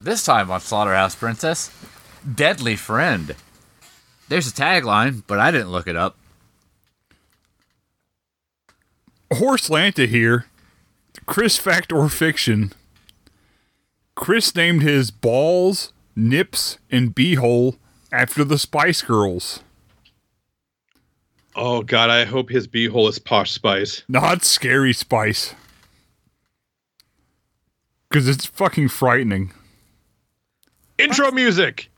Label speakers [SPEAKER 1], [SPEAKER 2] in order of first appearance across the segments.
[SPEAKER 1] This time on Slaughterhouse Princess, Deadly Friend. There's a tagline, but I didn't look it up.
[SPEAKER 2] Horse Lanta here. Chris fact or fiction. Chris named his balls, nips, and beehole after the Spice Girls.
[SPEAKER 3] Oh God, I hope his beehole is posh spice.
[SPEAKER 2] Not scary spice. Cause it's fucking frightening.
[SPEAKER 3] Intro music.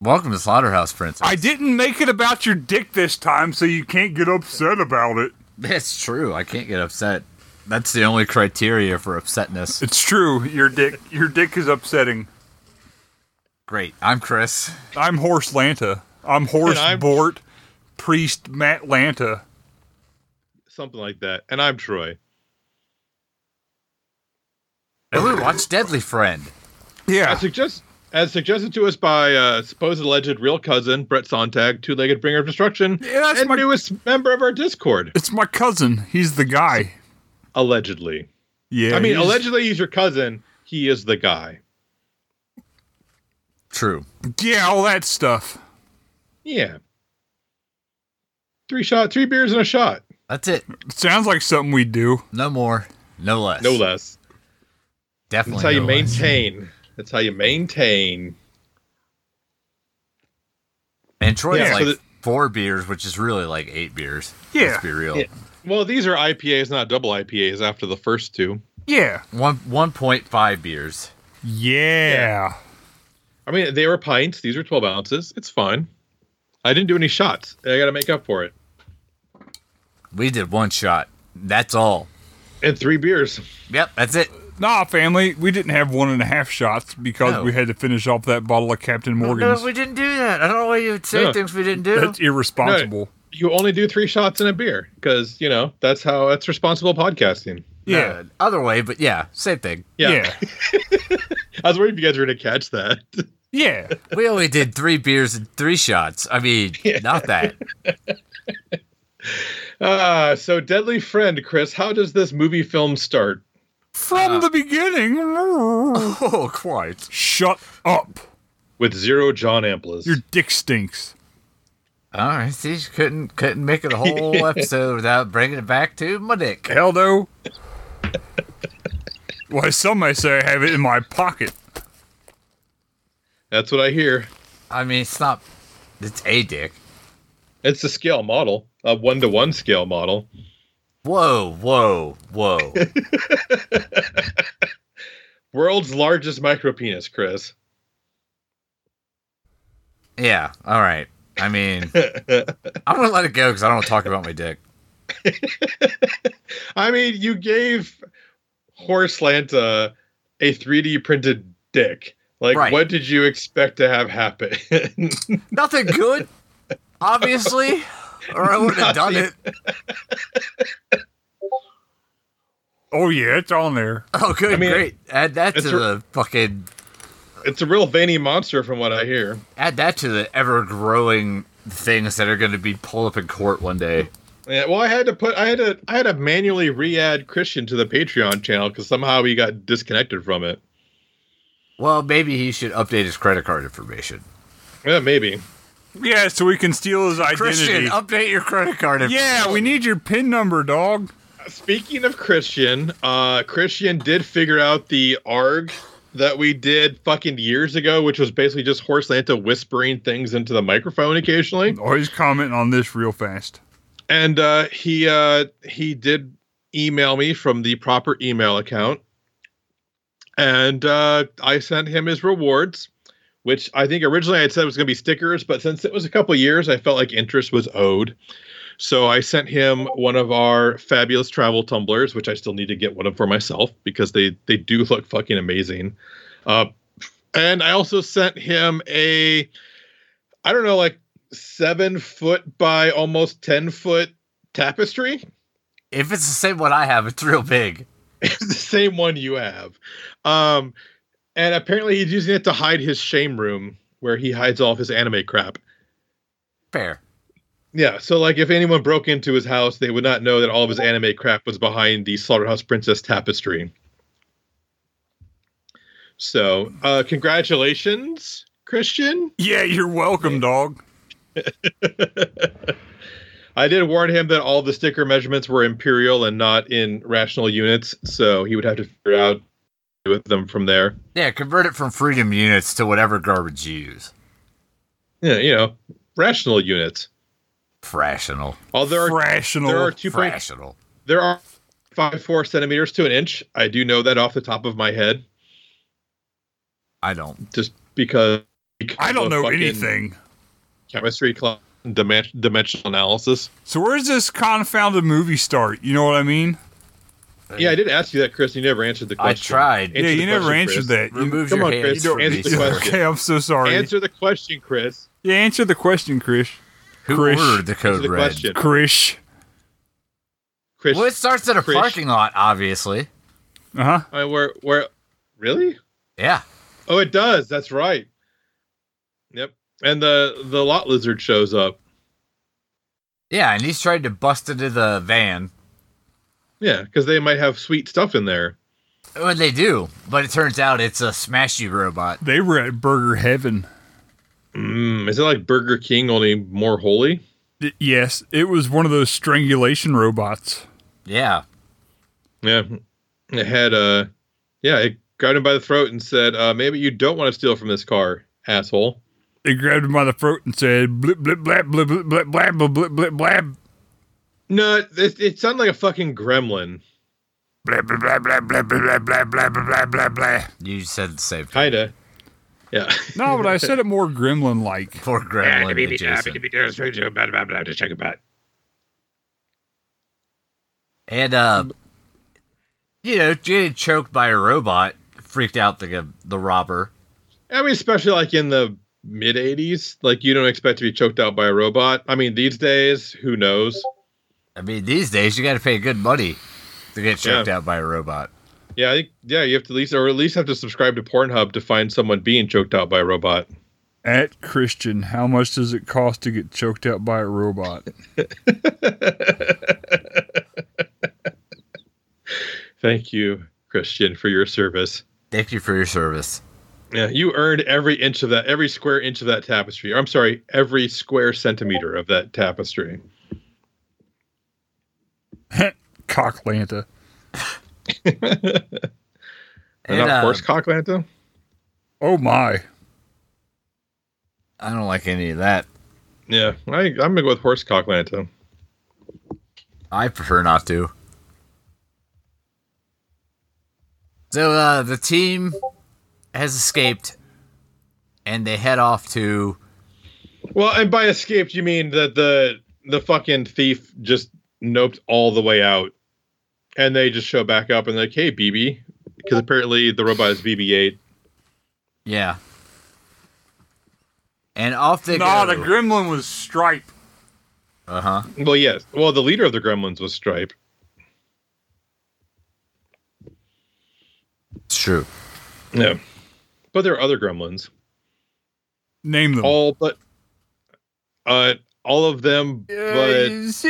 [SPEAKER 1] Welcome to Slaughterhouse Princess.
[SPEAKER 2] I didn't make it about your dick this time, so you can't get upset about it.
[SPEAKER 1] That's true. I can't get upset. That's the only criteria for upsetness.
[SPEAKER 2] It's true. Your dick your dick is upsetting.
[SPEAKER 1] Great. I'm Chris.
[SPEAKER 2] I'm Horse Lanta. I'm Horse
[SPEAKER 3] And I'm-
[SPEAKER 2] Bort Priest Matt Lanta.
[SPEAKER 3] Something like that. And I'm Troy.
[SPEAKER 1] And we watched Deadly Friend.
[SPEAKER 2] Yeah.
[SPEAKER 3] As suggest as suggested to us by uh, supposed alleged real cousin Brett Sontag, two-legged bringer of destruction,
[SPEAKER 2] Yeah, that's
[SPEAKER 3] and
[SPEAKER 2] my-
[SPEAKER 3] newest member of our Discord,
[SPEAKER 2] It's my cousin. He's the guy.
[SPEAKER 3] allegedly.
[SPEAKER 2] Yeah.
[SPEAKER 3] I mean,
[SPEAKER 2] he's-
[SPEAKER 3] allegedly he's your cousin. He is the guy.
[SPEAKER 1] True.
[SPEAKER 2] Yeah, all that stuff.
[SPEAKER 3] Yeah. Three shot, three beers and a shot,
[SPEAKER 1] That's it.
[SPEAKER 2] Sounds like something we do.
[SPEAKER 1] No more. No less.
[SPEAKER 3] no less.
[SPEAKER 1] Definitely.
[SPEAKER 3] That's how you
[SPEAKER 1] no less.
[SPEAKER 3] maintain. That's how you maintain.
[SPEAKER 1] And Troy's
[SPEAKER 3] Yeah,
[SPEAKER 1] like
[SPEAKER 3] so the-
[SPEAKER 1] four beers, which is really like eight beers.
[SPEAKER 2] Yeah.
[SPEAKER 1] Let's be real.
[SPEAKER 3] Yeah. Well, these are IPAs, not double IPAs after the first two.
[SPEAKER 2] Yeah.
[SPEAKER 1] One one point five beers.
[SPEAKER 2] Yeah.
[SPEAKER 3] I mean, they were pints. These were 12 ounces. It's fine. I didn't do any shots. I got to make up for it.
[SPEAKER 1] We did one shot. That's all.
[SPEAKER 3] And three beers.
[SPEAKER 1] Yep, that's it.
[SPEAKER 2] Nah, family, we didn't have one and a half shots because
[SPEAKER 1] No.
[SPEAKER 2] we had to finish off that bottle of Captain Morgan's.
[SPEAKER 1] Oh, didn't do that. I don't know why you would
[SPEAKER 3] say No.
[SPEAKER 1] things
[SPEAKER 3] things
[SPEAKER 1] we didn't do.
[SPEAKER 2] That's irresponsible.
[SPEAKER 3] You only do three shots in a beer because, you know, that's how that's responsible podcasting.
[SPEAKER 2] Yeah.
[SPEAKER 1] other way, but yeah, same thing.
[SPEAKER 3] Yeah.
[SPEAKER 2] Yeah.
[SPEAKER 3] I was worried if you guys were going to catch that.
[SPEAKER 2] Yeah.
[SPEAKER 1] We only did three beers and three shots. I mean, not that.
[SPEAKER 3] Ah, so Deadly Friend, Chris, how does this movie film start?
[SPEAKER 2] From the beginning.
[SPEAKER 1] Oh, quite.
[SPEAKER 2] Shut up.
[SPEAKER 3] With zero John Amplas.
[SPEAKER 2] Your dick stinks.
[SPEAKER 1] All right, see, she couldn't couldn't make it a whole episode without bringing it back to my dick.
[SPEAKER 2] Hell no. Why, some may say I have it in my pocket.
[SPEAKER 3] That's what I hear.
[SPEAKER 1] I mean, it's not. It's a dick.
[SPEAKER 3] It's a scale model, a one to one scale model.
[SPEAKER 1] Whoa, whoa, whoa.
[SPEAKER 3] World's largest micro penis, Chris.
[SPEAKER 1] yeah. All right. I mean, I'm gonna let it go because I don't want to talk about my dick.
[SPEAKER 3] I mean, you gave Horse Lanta a 3D printed dick. Like,
[SPEAKER 1] Right.
[SPEAKER 3] what did you expect to have happen?
[SPEAKER 1] Nothing good, obviously, or I wouldn't have done it.
[SPEAKER 2] Oh, yeah, it's on there.
[SPEAKER 1] Oh, good,
[SPEAKER 3] I mean,
[SPEAKER 1] great. Add that to
[SPEAKER 3] it's a-
[SPEAKER 1] the fucking.
[SPEAKER 3] it's a real veiny monster, from what I hear.
[SPEAKER 1] Add that to the ever growing things that are going to be pulled up in court one day.
[SPEAKER 3] Yeah, well, I had to put, I had to, I had to manually re-add Christian to the Patreon channel because somehow he got disconnected from it.
[SPEAKER 1] Well, maybe he should update his credit card information.
[SPEAKER 3] Yeah, maybe.
[SPEAKER 2] Yeah, so we can steal his identity.
[SPEAKER 1] Christian, update your credit card information.
[SPEAKER 2] oh, yeah, we need your PIN number, dog.
[SPEAKER 3] Speaking of Christian, uh, Christian did figure out the ARG that we did fucking years ago, which was basically just Horse Lanta whispering things into the microphone occasionally.
[SPEAKER 2] Always comment Oh, on this real fast.
[SPEAKER 3] and uh, he uh, he did email me from the proper email account, and uh, I sent him his rewards, which I think originally I had said was going to be stickers, but since it was a couple years, I felt like interest was owed, so I sent him one of our fabulous travel tumblers, which I still need to get one of for myself because they they do look fucking amazing, uh, and I also sent him a. I don't know, like seven foot by almost ten foot tapestry
[SPEAKER 1] If it's the same one I have, it's real big.
[SPEAKER 3] It's the same one you have. Um, and apparently he's using it to hide his shame room where he hides all of his anime crap.
[SPEAKER 1] Fair.
[SPEAKER 3] Yeah, so like if anyone broke into his house, they would not know that all of his anime crap was behind the Slaughterhouse Princess tapestry. So, uh, congratulations, Christian.
[SPEAKER 2] Yeah, you're welcome, dog.
[SPEAKER 3] I did warn him that all the sticker measurements were imperial and not in rational units, so he would have to figure out with them from there.
[SPEAKER 1] Yeah, convert it from freedom units to whatever garbage you use.
[SPEAKER 3] Yeah, you know, rational units.
[SPEAKER 1] Fractional.
[SPEAKER 3] Oh, there are
[SPEAKER 2] Rational.
[SPEAKER 3] there are two point,
[SPEAKER 1] Fractional.
[SPEAKER 3] there are five four centimeters to an inch. I do know that off the top of my head,
[SPEAKER 1] I don't.
[SPEAKER 3] just because,
[SPEAKER 2] I don't
[SPEAKER 3] of
[SPEAKER 2] know
[SPEAKER 3] fucking
[SPEAKER 2] anything.
[SPEAKER 3] chemistry class, and dimen- dimensional analysis.
[SPEAKER 2] So where does this confounded movie start? You know what I mean?
[SPEAKER 3] Yeah, I did ask you that, Chris. and You never answered the
[SPEAKER 1] I
[SPEAKER 3] question.
[SPEAKER 1] tried.
[SPEAKER 3] Answer
[SPEAKER 2] yeah,
[SPEAKER 3] the
[SPEAKER 2] you never
[SPEAKER 3] question,
[SPEAKER 2] answered
[SPEAKER 3] Chris.
[SPEAKER 2] that. You-
[SPEAKER 1] Remove
[SPEAKER 3] come
[SPEAKER 1] your
[SPEAKER 3] on,
[SPEAKER 1] hands.
[SPEAKER 3] Chris,
[SPEAKER 1] from
[SPEAKER 3] answer
[SPEAKER 1] me,
[SPEAKER 3] the
[SPEAKER 1] sir.
[SPEAKER 3] question.
[SPEAKER 2] okay, I'm so sorry.
[SPEAKER 3] Answer the question, Chris.
[SPEAKER 2] yeah, answer the question, Krish.
[SPEAKER 1] Who
[SPEAKER 2] Chris,
[SPEAKER 1] ordered the
[SPEAKER 3] Answer
[SPEAKER 1] code
[SPEAKER 3] the
[SPEAKER 1] red?
[SPEAKER 3] question,
[SPEAKER 2] Krish.
[SPEAKER 3] Chris.
[SPEAKER 1] Well, it starts at a
[SPEAKER 3] Chris.
[SPEAKER 1] parking lot, obviously.
[SPEAKER 2] Uh huh.
[SPEAKER 3] I mean, where, where, really?
[SPEAKER 1] Yeah.
[SPEAKER 3] Oh, it does. That's right. Yep. And the the lot lizard shows up.
[SPEAKER 1] Yeah, and he's trying to bust into the van.
[SPEAKER 3] Yeah, because they might have sweet stuff in there.
[SPEAKER 1] Well, they do, but it turns out it's a smashy robot.
[SPEAKER 2] They were at Burger Heaven.
[SPEAKER 3] Mm, is it like Burger King only more holy?
[SPEAKER 2] Y- yes, it was one of those strangulation robots.
[SPEAKER 1] Yeah.
[SPEAKER 3] Yeah. It had uh yeah, it grabbed him by the throat and said, uh, maybe you don't want to steal from this car, asshole.
[SPEAKER 2] They grabbed him by the throat and said, blip, blip, blap, blip, blip, blip, blab, blip, blip, blip, blab,
[SPEAKER 3] No, it, it sounded like a fucking gremlin.
[SPEAKER 2] blab, blab, blab, blab, blab, blab, blab, blab, blab, blab, blab, blab.
[SPEAKER 1] You said the same thing.
[SPEAKER 3] Kinda. Yeah.
[SPEAKER 2] No, but I said it more gremlin like.
[SPEAKER 1] Poor Gremlin adjacent. And, uh, you know, getting choked by a robot freaked out the, the robber.
[SPEAKER 3] I mean, especially like in the mid '80s, like you don't expect to be choked out by a robot. I mean, these days, who knows?
[SPEAKER 1] I mean, these days, you got to pay good money to get choked out by a robot.
[SPEAKER 3] Yeah, I think, yeah, you have to at least, or at least have to subscribe to Pornhub to find someone being choked out by a robot.
[SPEAKER 2] At Christian, how much does it cost to get choked out by a robot?
[SPEAKER 3] Thank you, Christian, for your service.
[SPEAKER 1] Thank you for your service.
[SPEAKER 3] Yeah, you earned every inch of that, every square inch of that tapestry. Or I'm sorry, every square centimeter of that tapestry.
[SPEAKER 2] Cocklanta.
[SPEAKER 3] And,
[SPEAKER 1] And,
[SPEAKER 3] not
[SPEAKER 1] uh,
[SPEAKER 3] horsecock lanta.
[SPEAKER 2] Oh my.
[SPEAKER 1] I don't like any of that.
[SPEAKER 3] Yeah, I, I'm gonna go with horsecock lanta.
[SPEAKER 1] I prefer not to. So uh, the team has escaped, and they head off to
[SPEAKER 3] Well, and by escaped, you mean that the the fucking thief just noped all the way out, and they just show back up and they're like, "Hey, BB," because apparently the robot is BB-8.
[SPEAKER 1] yeah, and off they go.
[SPEAKER 2] gremlin was Stripe.
[SPEAKER 1] uh huh.
[SPEAKER 3] Well, yes. Well, the leader of the Gremlins was Stripe.
[SPEAKER 1] It's true.
[SPEAKER 3] Yeah, but there are other Gremlins.
[SPEAKER 2] Name them.
[SPEAKER 3] All but uh, all of them. But it's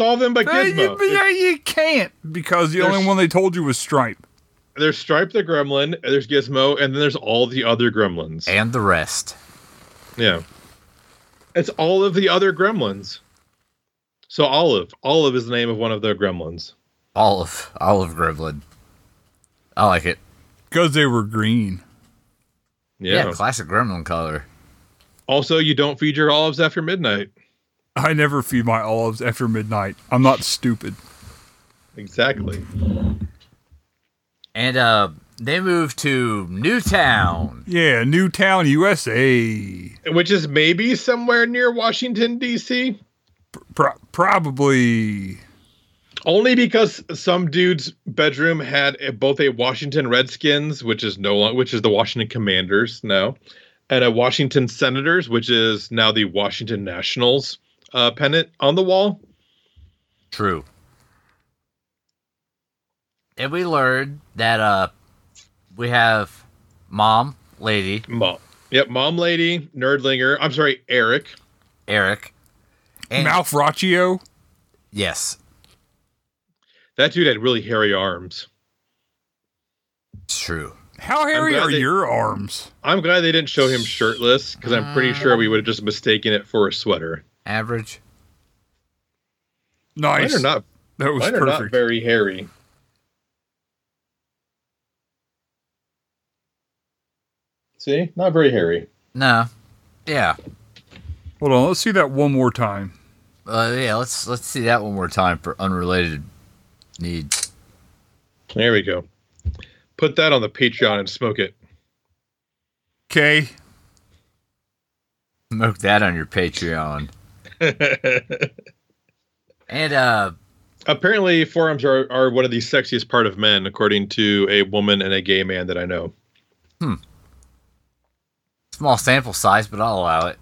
[SPEAKER 3] all of them but Gizmo. There's,
[SPEAKER 2] you can't because the
[SPEAKER 3] There's-
[SPEAKER 2] only one they told you was Stripe.
[SPEAKER 3] there's Stripe the Gremlin. There's Gizmo, and then there's all the other Gremlins.
[SPEAKER 1] And the rest.
[SPEAKER 3] Yeah. It's all of the other gremlins. So Olive. Olive is the name of one of their gremlins.
[SPEAKER 1] Olive. Olive Gremlin. I like it.
[SPEAKER 2] Because they were green.
[SPEAKER 3] Yeah.
[SPEAKER 1] classic Gremlin color.
[SPEAKER 3] Also, you don't feed your olives after midnight.
[SPEAKER 2] I never feed my olives after midnight. I'm not stupid.
[SPEAKER 3] Exactly.
[SPEAKER 1] And uh, they move to Newtown.
[SPEAKER 2] Yeah, Newtown, USA.
[SPEAKER 3] Which is maybe somewhere near Washington, D.C.
[SPEAKER 2] Pro- probably.
[SPEAKER 3] Only because some dude's bedroom had a, both a Washington Redskins, which is no longer, which is the Washington Commanders now, and a Washington Senators, which is now the Washington Nationals uh, pennant on the wall.
[SPEAKER 1] True. and we learned that uh, we have mom, lady,
[SPEAKER 3] Mom. Yep, mom lady, nerdlinger. I'm sorry, Eric.
[SPEAKER 1] Eric. And
[SPEAKER 2] Malfraccio.
[SPEAKER 1] yes,
[SPEAKER 3] That dude had really hairy arms.
[SPEAKER 1] it's true.
[SPEAKER 2] How hairy
[SPEAKER 3] glad
[SPEAKER 2] are
[SPEAKER 3] they-
[SPEAKER 2] your arms?
[SPEAKER 3] I'm glad they didn't show him shirtless because I'm pretty sure we would have just mistaken it for a sweater.
[SPEAKER 1] Average.
[SPEAKER 2] Nice.
[SPEAKER 3] Mine are not,
[SPEAKER 2] that was
[SPEAKER 3] mine are not
[SPEAKER 2] perfect.
[SPEAKER 3] very hairy. See, not very hairy.
[SPEAKER 1] No. Yeah.
[SPEAKER 2] Hold on, let's see that one more time.
[SPEAKER 1] Uh, yeah. Let's let's see that one more time for unrelated needs.
[SPEAKER 3] There we go. Put that on the Patreon and smoke it.
[SPEAKER 2] Okay.
[SPEAKER 1] Smoke that on your Patreon. and uh,
[SPEAKER 3] Apparently, forearms are, are one of the sexiest part of men, according to a woman and a gay man that I know.
[SPEAKER 1] small sample size, but I'll allow it.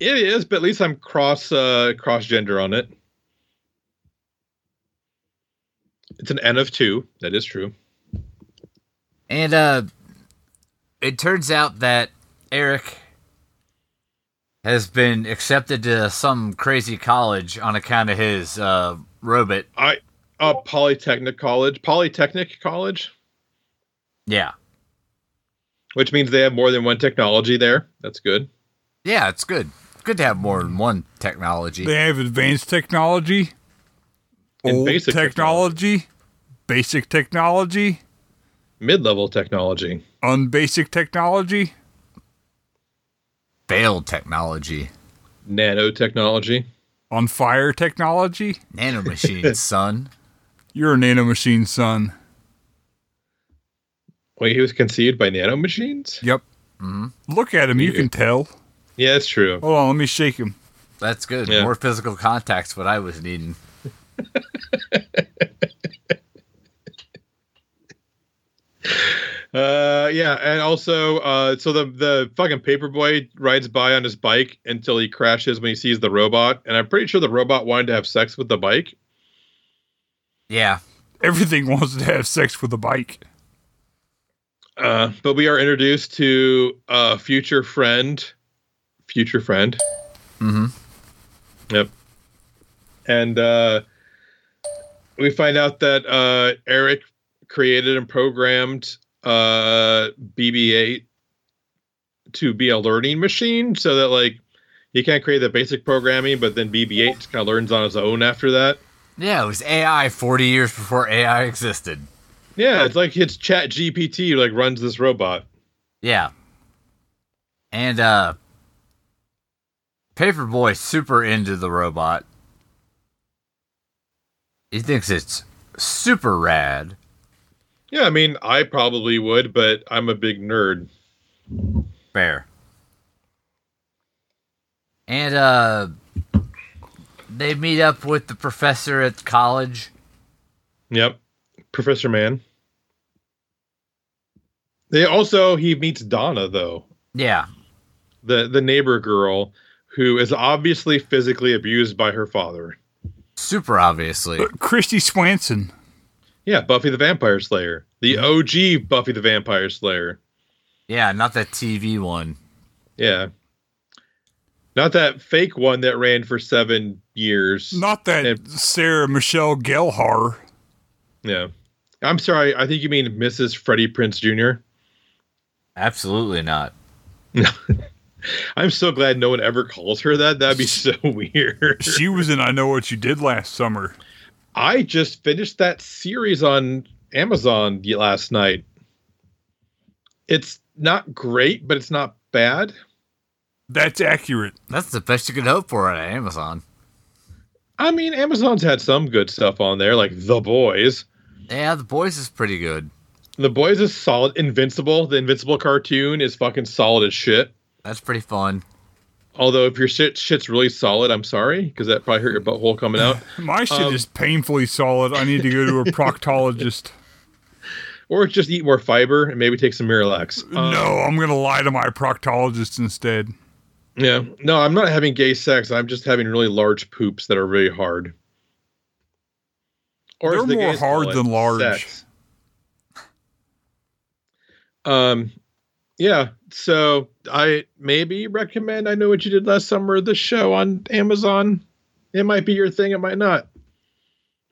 [SPEAKER 3] It is, but at least I'm cross uh, cross gender on it. It's an N of two. That is true.
[SPEAKER 1] And uh, it turns out that Eric has been accepted to some crazy college on account of his uh, robot.
[SPEAKER 3] I uh, Polytechnic College, Polytechnic College,
[SPEAKER 1] Yeah.
[SPEAKER 3] which means they have more than one technology there. That's good.
[SPEAKER 1] Yeah, it's good. It's good to have more than one technology.
[SPEAKER 2] They have advanced technology,
[SPEAKER 3] And
[SPEAKER 2] old
[SPEAKER 3] basic
[SPEAKER 2] technology, basic technology,
[SPEAKER 3] Mid level technology.
[SPEAKER 2] unbasic technology.
[SPEAKER 1] Failed technology.
[SPEAKER 3] nanotechnology.
[SPEAKER 2] on fire technology.
[SPEAKER 1] Nanomachines, son.
[SPEAKER 2] You're a nanomachine son.
[SPEAKER 3] Wait, he was conceived by nanomachines?
[SPEAKER 2] Yep. Look at him. You can tell.
[SPEAKER 3] Mm-hmm. Yeah, that's true.
[SPEAKER 2] Hold on. Let me shake him.
[SPEAKER 1] That's good.
[SPEAKER 3] Yeah.
[SPEAKER 1] More physical contact's what I was needing.
[SPEAKER 3] Uh, yeah, and also, uh, so the the fucking paperboy rides by on his bike until he crashes when he sees the robot, and I'm pretty sure the robot wanted to have sex with the bike.
[SPEAKER 1] Yeah.
[SPEAKER 2] Everything wants to have sex with a bike.
[SPEAKER 3] Uh, but we are introduced to a future friend, future friend.
[SPEAKER 1] Mhm.
[SPEAKER 3] Yep. And uh, we find out that uh, Eric created and programmed uh, BB-8 to be a learning machine, so that like he can't create the basic programming, but then BB-8 just kind of learns on his own after that.
[SPEAKER 1] Yeah, it was AI 40 years before AI existed.
[SPEAKER 3] Yeah, it's like it's Chat GPT like runs this robot.
[SPEAKER 1] Yeah. And uh Paperboy's super into the robot. He thinks it's super rad.
[SPEAKER 3] Yeah, I mean, I probably would, but I'm a big nerd.
[SPEAKER 1] Fair. And uh they meet up with the professor at college.
[SPEAKER 3] Yep. Professor Man. They also he meets Donna though,
[SPEAKER 1] Yeah.
[SPEAKER 3] the the neighbor girl who is obviously physically abused by her father.
[SPEAKER 1] Super obviously.
[SPEAKER 2] But Christy Swanson.
[SPEAKER 3] Yeah, Buffy the Vampire Slayer. The OG Buffy the Vampire Slayer.
[SPEAKER 1] Yeah, not that TV one.
[SPEAKER 3] Yeah. Not that fake one that ran for 7 years.
[SPEAKER 2] Not that
[SPEAKER 3] Yep.
[SPEAKER 2] Sarah Michelle Gellar.
[SPEAKER 3] Yeah. I'm sorry, I think you mean Mrs. Freddie Prince Jr.
[SPEAKER 1] Absolutely not.
[SPEAKER 3] I'm so glad no one ever calls her that. That'd be so weird.
[SPEAKER 2] She was in I Know What You Did Last Summer.
[SPEAKER 3] I just finished that series on Amazon y- last night. It's not great, but it's not bad.
[SPEAKER 2] That's accurate.
[SPEAKER 1] That's the best you could hope for on Amazon.
[SPEAKER 3] I mean, Amazon's had some good stuff on there, like The Boys.
[SPEAKER 1] Yeah, the boys is pretty good.
[SPEAKER 3] The Boys is solid. Invincible, the Invincible cartoon is fucking solid as shit.
[SPEAKER 1] That's pretty fun.
[SPEAKER 3] Although if your shit shit's really solid, I'm sorry because that probably hurt your butthole coming out.
[SPEAKER 2] My shit
[SPEAKER 3] Um,
[SPEAKER 2] is painfully solid. I need to go to a proctologist.
[SPEAKER 3] Or just eat more fiber and maybe take some Miralax. Um,
[SPEAKER 2] no, I'm going to lie to my proctologist instead.
[SPEAKER 3] Yeah. No, I'm not having gay sex. I'm just having really large poops that are really hard. Or
[SPEAKER 2] They're
[SPEAKER 3] as the
[SPEAKER 2] more
[SPEAKER 3] gays call
[SPEAKER 2] hard
[SPEAKER 3] it,
[SPEAKER 2] than large.
[SPEAKER 3] sex. Um, yeah. So I maybe recommend I know what you did last summer. This show on Amazon. It might be your thing. It might not.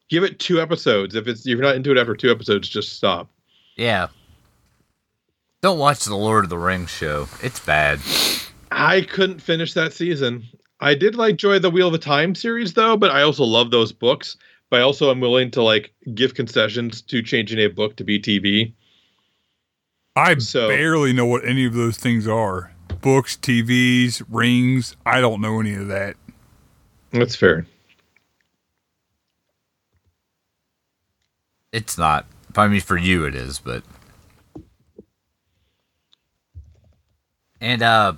[SPEAKER 3] Give it two episodes. If it's if you're not into it after two episodes, just stop.
[SPEAKER 1] Yeah. Don't watch the Lord of the Rings show. It's bad.
[SPEAKER 3] I couldn't finish that season. I did like enjoy the Wheel of Time series though, but I also love those books. But I also am willing to like give concessions to changing a book to be TV.
[SPEAKER 2] I
[SPEAKER 3] So-
[SPEAKER 2] barely know what any of those things are. Books, TVs, rings. I don't know any of that.
[SPEAKER 3] That's fair.
[SPEAKER 1] It's not. I mean, for you it is, but. And uh,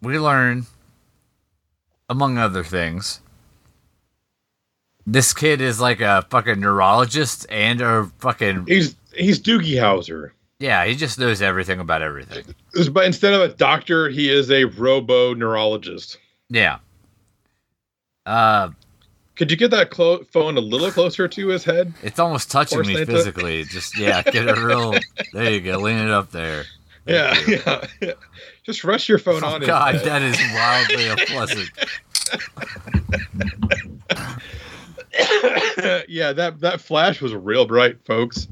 [SPEAKER 1] we learn, among other things, this kid is like a fucking neurologist and a fucking
[SPEAKER 3] He's he's Doogie Howser.
[SPEAKER 1] yeah. He just knows everything about everything.
[SPEAKER 3] But instead of a doctor, he is a robo neurologist.
[SPEAKER 1] Yeah. Uh,
[SPEAKER 3] Could you get that clo- phone a little closer to his head?
[SPEAKER 1] it's almost touching
[SPEAKER 3] Or
[SPEAKER 1] me
[SPEAKER 3] Santa.
[SPEAKER 1] physically. It Just yeah, get a real. there you go. Lean it up there.
[SPEAKER 3] Yeah, yeah. Just rest your phone
[SPEAKER 1] Oh
[SPEAKER 3] on
[SPEAKER 1] God,
[SPEAKER 3] his
[SPEAKER 1] that
[SPEAKER 3] head.
[SPEAKER 1] is wildly unpleasant.
[SPEAKER 3] yeah, that that flash was real bright, folks.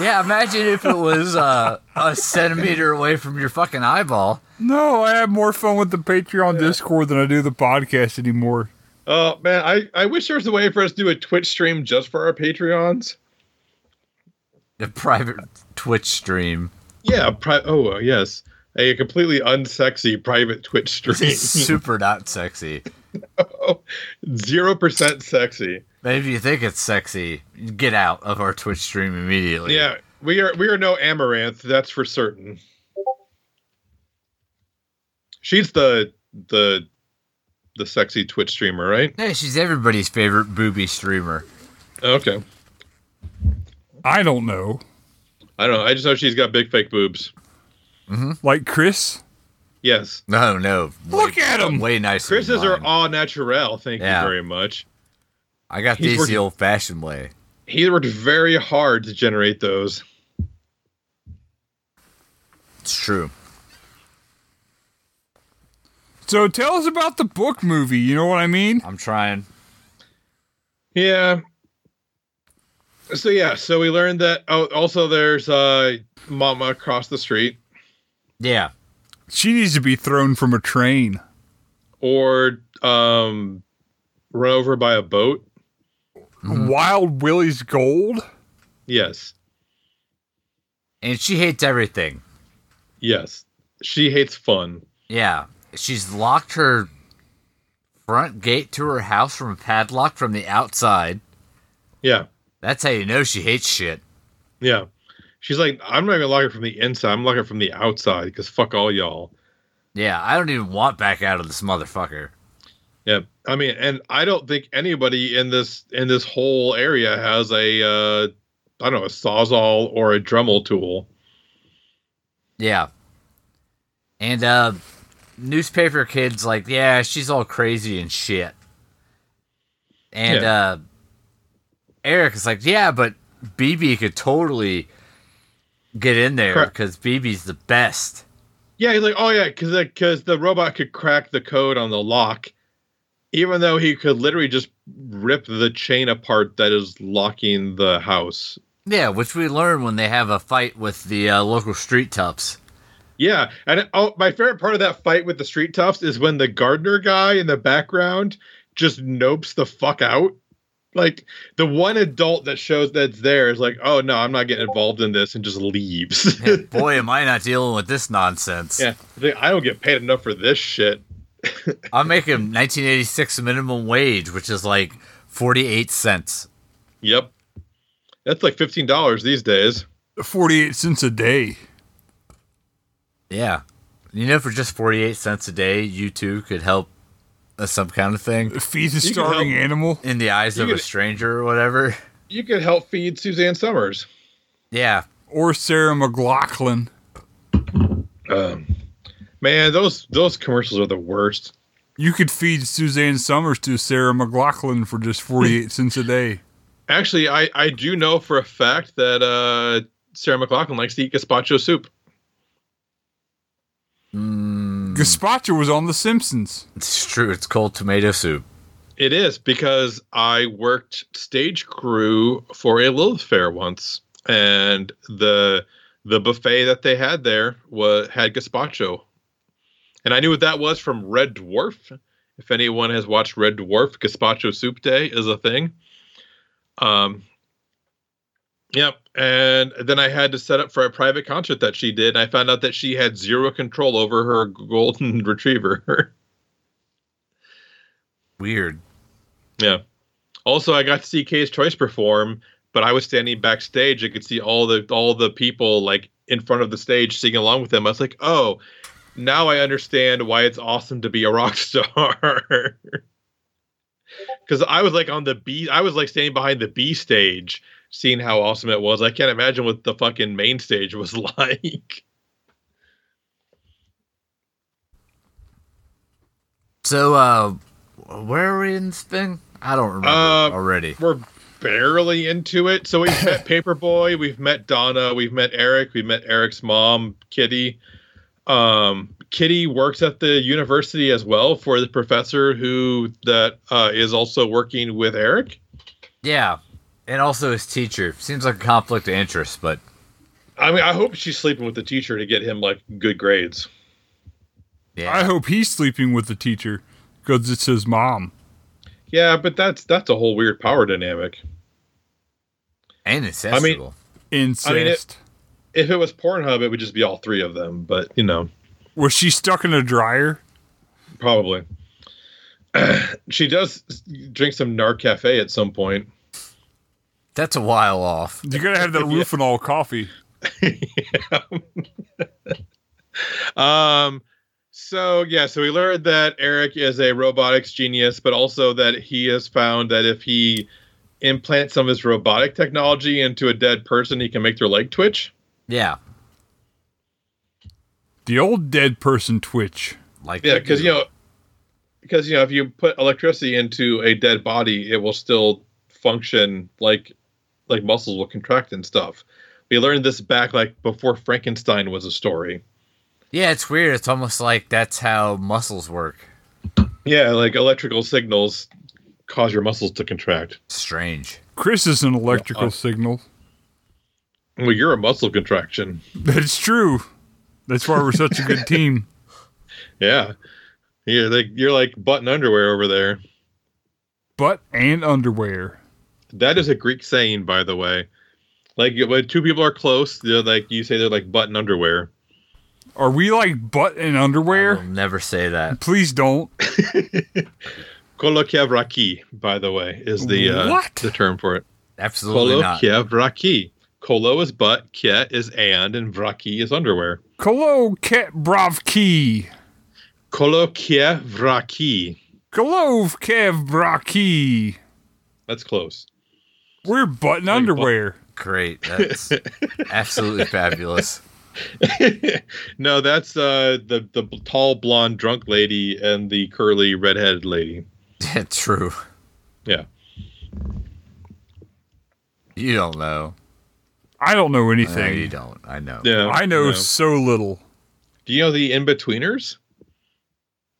[SPEAKER 1] Yeah, imagine if it was uh, a centimeter away from your fucking eyeball.
[SPEAKER 2] No, I have more fun with the Patreon Discord than I do the podcast anymore.
[SPEAKER 3] Oh man, I, I wish there was a way for us to do a Twitch stream just for our Patreons.
[SPEAKER 1] The private Twitch stream.
[SPEAKER 3] Yeah, pri- oh uh, yes, a completely unsexy private Twitch stream,
[SPEAKER 1] Super not sexy.
[SPEAKER 3] zero percent sexy.
[SPEAKER 1] But if you think it's sexy, get out of our Twitch stream immediately.
[SPEAKER 3] Yeah, we are we are no amaranth. That's for certain. She's the the the sexy Twitch streamer, right?
[SPEAKER 1] Hey, she's everybody's favorite booby streamer.
[SPEAKER 3] Okay,
[SPEAKER 2] I don't know.
[SPEAKER 3] I don't know. I just know she's got big fake boobs.
[SPEAKER 2] Like Chris?
[SPEAKER 3] Yes,
[SPEAKER 1] No, no.
[SPEAKER 2] Look at him!
[SPEAKER 1] Way nicer. than
[SPEAKER 3] Chris's are
[SPEAKER 1] mine.
[SPEAKER 3] all natural. Thank
[SPEAKER 1] Yeah.
[SPEAKER 3] you very much.
[SPEAKER 1] I got
[SPEAKER 3] he's
[SPEAKER 1] these
[SPEAKER 3] working-
[SPEAKER 1] the old fashioned way.
[SPEAKER 3] He worked very hard to generate those.
[SPEAKER 1] It's true.
[SPEAKER 2] So tell us about the book movie. You know what I mean?
[SPEAKER 1] I'm trying.
[SPEAKER 3] Yeah. So yeah, so we learned that. Oh, also there's uh, Mama across the street,
[SPEAKER 1] Yeah.
[SPEAKER 2] She needs to be thrown from a train.
[SPEAKER 3] or um, run over by a boat. Mm-hmm.
[SPEAKER 2] Wild Willie's Gold?
[SPEAKER 3] Yes,
[SPEAKER 1] And she hates everything.
[SPEAKER 3] yes. She hates fun.
[SPEAKER 1] Yeah. She's locked her front gate to her house from a padlock from the outside.
[SPEAKER 3] Yeah,
[SPEAKER 1] That's how you know she hates shit.
[SPEAKER 3] yeah. She's like, I'm not gonna lock it from the inside. I'm locking it from the outside because fuck all y'all.
[SPEAKER 1] Yeah, I don't even want back out of this motherfucker.
[SPEAKER 3] Yeah, I mean, and I don't think anybody in this in this whole area has a uh, I don't know a sawzall or a Dremel tool.
[SPEAKER 1] Yeah. And uh newspaper kids like, yeah, she's all crazy and shit. And
[SPEAKER 3] Yeah.
[SPEAKER 1] uh Eric is like, yeah, but BB could totally get in there
[SPEAKER 3] Correct.
[SPEAKER 1] because BB's the best.
[SPEAKER 3] Yeah, he's like, oh yeah, because because the robot could crack the code on the lock, even though he could literally just rip the chain apart that is locking the house.
[SPEAKER 1] Yeah, which we learn when they have a fight with the uh, local street toughs.
[SPEAKER 3] Yeah, and oh, my favorite part of that fight with the street toughs is when the gardener guy in the background just nopes the fuck out. Like the one adult that shows that's there is like, oh no, I'm not getting involved in this, and just leaves.
[SPEAKER 1] Yeah, boy, am I not dealing with this nonsense.
[SPEAKER 3] yeah, He's like, I don't get paid enough for this shit.
[SPEAKER 1] I'm making 1986 minimum wage, which is like 48 cents.
[SPEAKER 3] Yep, that's like fifteen dollars these days.
[SPEAKER 2] 48 cents a day.
[SPEAKER 1] Yeah. You know, for just 48 cents a day, you too could help uh, some kind of thing
[SPEAKER 2] Feed a
[SPEAKER 3] can
[SPEAKER 2] starving
[SPEAKER 3] help.
[SPEAKER 2] animal.
[SPEAKER 1] in the eyes
[SPEAKER 3] You
[SPEAKER 1] of a
[SPEAKER 3] could-
[SPEAKER 1] stranger or whatever.
[SPEAKER 3] You could help feed Suzanne Summers.
[SPEAKER 1] Yeah.
[SPEAKER 2] Or Sarah McLaughlin.
[SPEAKER 3] Um, man, those those commercials are the worst.
[SPEAKER 2] You could feed Suzanne Summers to Sarah McLaughlin for just 48 cents a day.
[SPEAKER 3] Actually, I I do know for a fact that uh Sarah McLaughlin likes to eat gazpacho soup.
[SPEAKER 1] Mm,
[SPEAKER 2] Gazpacho was on The Simpsons.
[SPEAKER 1] it's true. It's cold tomato soup.
[SPEAKER 3] It is because I worked stage crew for a Lilith Fair once, and the the buffet that they had there was had gazpacho, and I knew what that was from Red Dwarf. If anyone has watched Red Dwarf, gazpacho soup day is a thing. Um, yep. And then I had to set up for a private concert that she did. And I found out that she had zero control over her golden retriever.
[SPEAKER 1] Weird.
[SPEAKER 3] Yeah. Also, I got to see Kay's Choice perform, but I was standing backstage. I could see all the all the people like in front of the stage singing along with them. I was like, oh, now I understand why it's awesome to be a rock star. Because I was like on the B, I was like standing behind the B stage, seeing how awesome it was. I can't imagine what the fucking main stage was like.
[SPEAKER 1] So, uh, where are we in this thing? I don't remember
[SPEAKER 3] Uh,
[SPEAKER 1] already.
[SPEAKER 3] we're barely into it. So we've met Paperboy, we've met Donna, we've met Eric, we've met Eric's mom, Kitty. Um, Kitty works at the university as well for the professor who that uh, is also working with Eric.
[SPEAKER 1] Yeah, and also his teacher seems like a conflict of interest, but
[SPEAKER 3] I mean, I hope she's sleeping with the teacher to get him like good grades.
[SPEAKER 1] yeah,
[SPEAKER 2] I hope he's sleeping with the teacher because it's his mom.
[SPEAKER 3] Yeah, but that's that's a whole weird power dynamic.
[SPEAKER 1] and accessible.
[SPEAKER 2] Incest.
[SPEAKER 3] If it was Pornhub, it would just be all three of them. But you know,
[SPEAKER 2] was she stuck in a dryer?
[SPEAKER 3] probably. she does drink some Narcafe at some point.
[SPEAKER 1] That's a while off.
[SPEAKER 2] You're gonna have that Rufinol coffee.
[SPEAKER 3] Um, so yeah, so we learned that Eric is a robotics genius, but also that he has found that if he implants some of his robotic technology into a dead person, he can make their leg twitch.
[SPEAKER 1] Yeah,
[SPEAKER 2] The old dead person twitch.
[SPEAKER 1] like
[SPEAKER 3] Yeah, because you know, because you know, if you put electricity into a dead body, it will still function like like muscles will contract and stuff. We learned this back like before Frankenstein was a story.
[SPEAKER 1] yeah, it's weird. It's almost like that's how muscles work.
[SPEAKER 3] Yeah, like electrical signals cause your muscles to contract.
[SPEAKER 1] Strange.
[SPEAKER 2] Chris is an electrical signal.
[SPEAKER 3] Well, you're a muscle contraction.
[SPEAKER 2] That's true. That's why we're such a good team.
[SPEAKER 3] Yeah. You're like you're like button underwear over there.
[SPEAKER 2] Butt and underwear.
[SPEAKER 3] That is a Greek saying, by the way. Like when two people are close, they're like you say they're like button underwear.
[SPEAKER 2] Are we like butt and
[SPEAKER 1] I'll
[SPEAKER 2] underwear?
[SPEAKER 1] never say that.
[SPEAKER 2] Please don't.
[SPEAKER 3] Kolokevraki, by the way, is the uh,
[SPEAKER 2] What?
[SPEAKER 3] the term for it.
[SPEAKER 1] Absolutely not.
[SPEAKER 3] Kolokevraki. Kolo is butt, ket is and, and vraki is underwear.
[SPEAKER 2] Kolo ket bravki.
[SPEAKER 3] Kolokevraki.
[SPEAKER 2] Kolov kev braki.
[SPEAKER 3] That's close.
[SPEAKER 2] We're butt and underwear.
[SPEAKER 1] Great. That's absolutely fabulous.
[SPEAKER 3] no, that's uh, the the tall blonde drunk lady and the curly redheaded lady.
[SPEAKER 1] Yeah, True.
[SPEAKER 3] Yeah.
[SPEAKER 1] You don't know.
[SPEAKER 2] I don't know
[SPEAKER 1] No,
[SPEAKER 2] anything.
[SPEAKER 1] you don't. I know.
[SPEAKER 3] Yeah.
[SPEAKER 2] I know
[SPEAKER 3] yeah.
[SPEAKER 2] so little.
[SPEAKER 3] Do you know the in betweeners?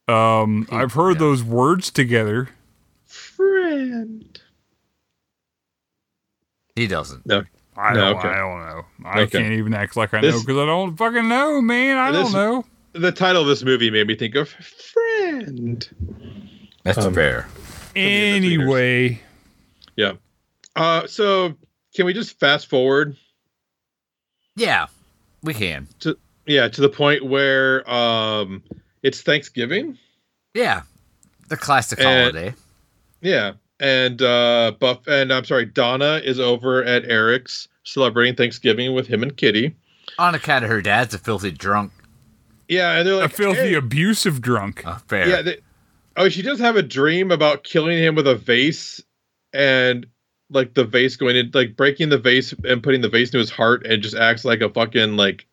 [SPEAKER 2] Um, I've heard
[SPEAKER 1] Yeah.
[SPEAKER 2] those words together.
[SPEAKER 3] Friend.
[SPEAKER 1] He doesn't.
[SPEAKER 2] I
[SPEAKER 3] No,
[SPEAKER 2] don't,
[SPEAKER 3] okay.
[SPEAKER 2] I don't know. I
[SPEAKER 3] Okay.
[SPEAKER 2] can't even act like I know
[SPEAKER 3] This-
[SPEAKER 2] because I don't fucking know, man. I
[SPEAKER 3] This-
[SPEAKER 2] don't know.
[SPEAKER 3] The title of this movie made me think of friend.
[SPEAKER 1] That's
[SPEAKER 3] Um,
[SPEAKER 1] fair.
[SPEAKER 3] be the leaders.
[SPEAKER 2] Anyway,
[SPEAKER 3] Uh, so can we just fast forward?
[SPEAKER 1] Yeah, we can.
[SPEAKER 3] Yeah, to the point where um, it's Thanksgiving.
[SPEAKER 1] Yeah, the classic
[SPEAKER 3] And-
[SPEAKER 1] holiday.
[SPEAKER 3] Yeah, and uh, Buff and I'm sorry, Donna is over at Eric's celebrating Thanksgiving with him and Kitty.
[SPEAKER 1] On account of her dad's a filthy drunk.
[SPEAKER 3] Yeah, and they're
[SPEAKER 2] a
[SPEAKER 3] like
[SPEAKER 2] filthy
[SPEAKER 3] "Hey."
[SPEAKER 2] abusive drunk.
[SPEAKER 1] Uh, fair.
[SPEAKER 3] Yeah. They, oh, she does have a dream about killing him with a vase and like the vase going in, like breaking the vase and putting the vase into his heart and just acts like a fucking, like,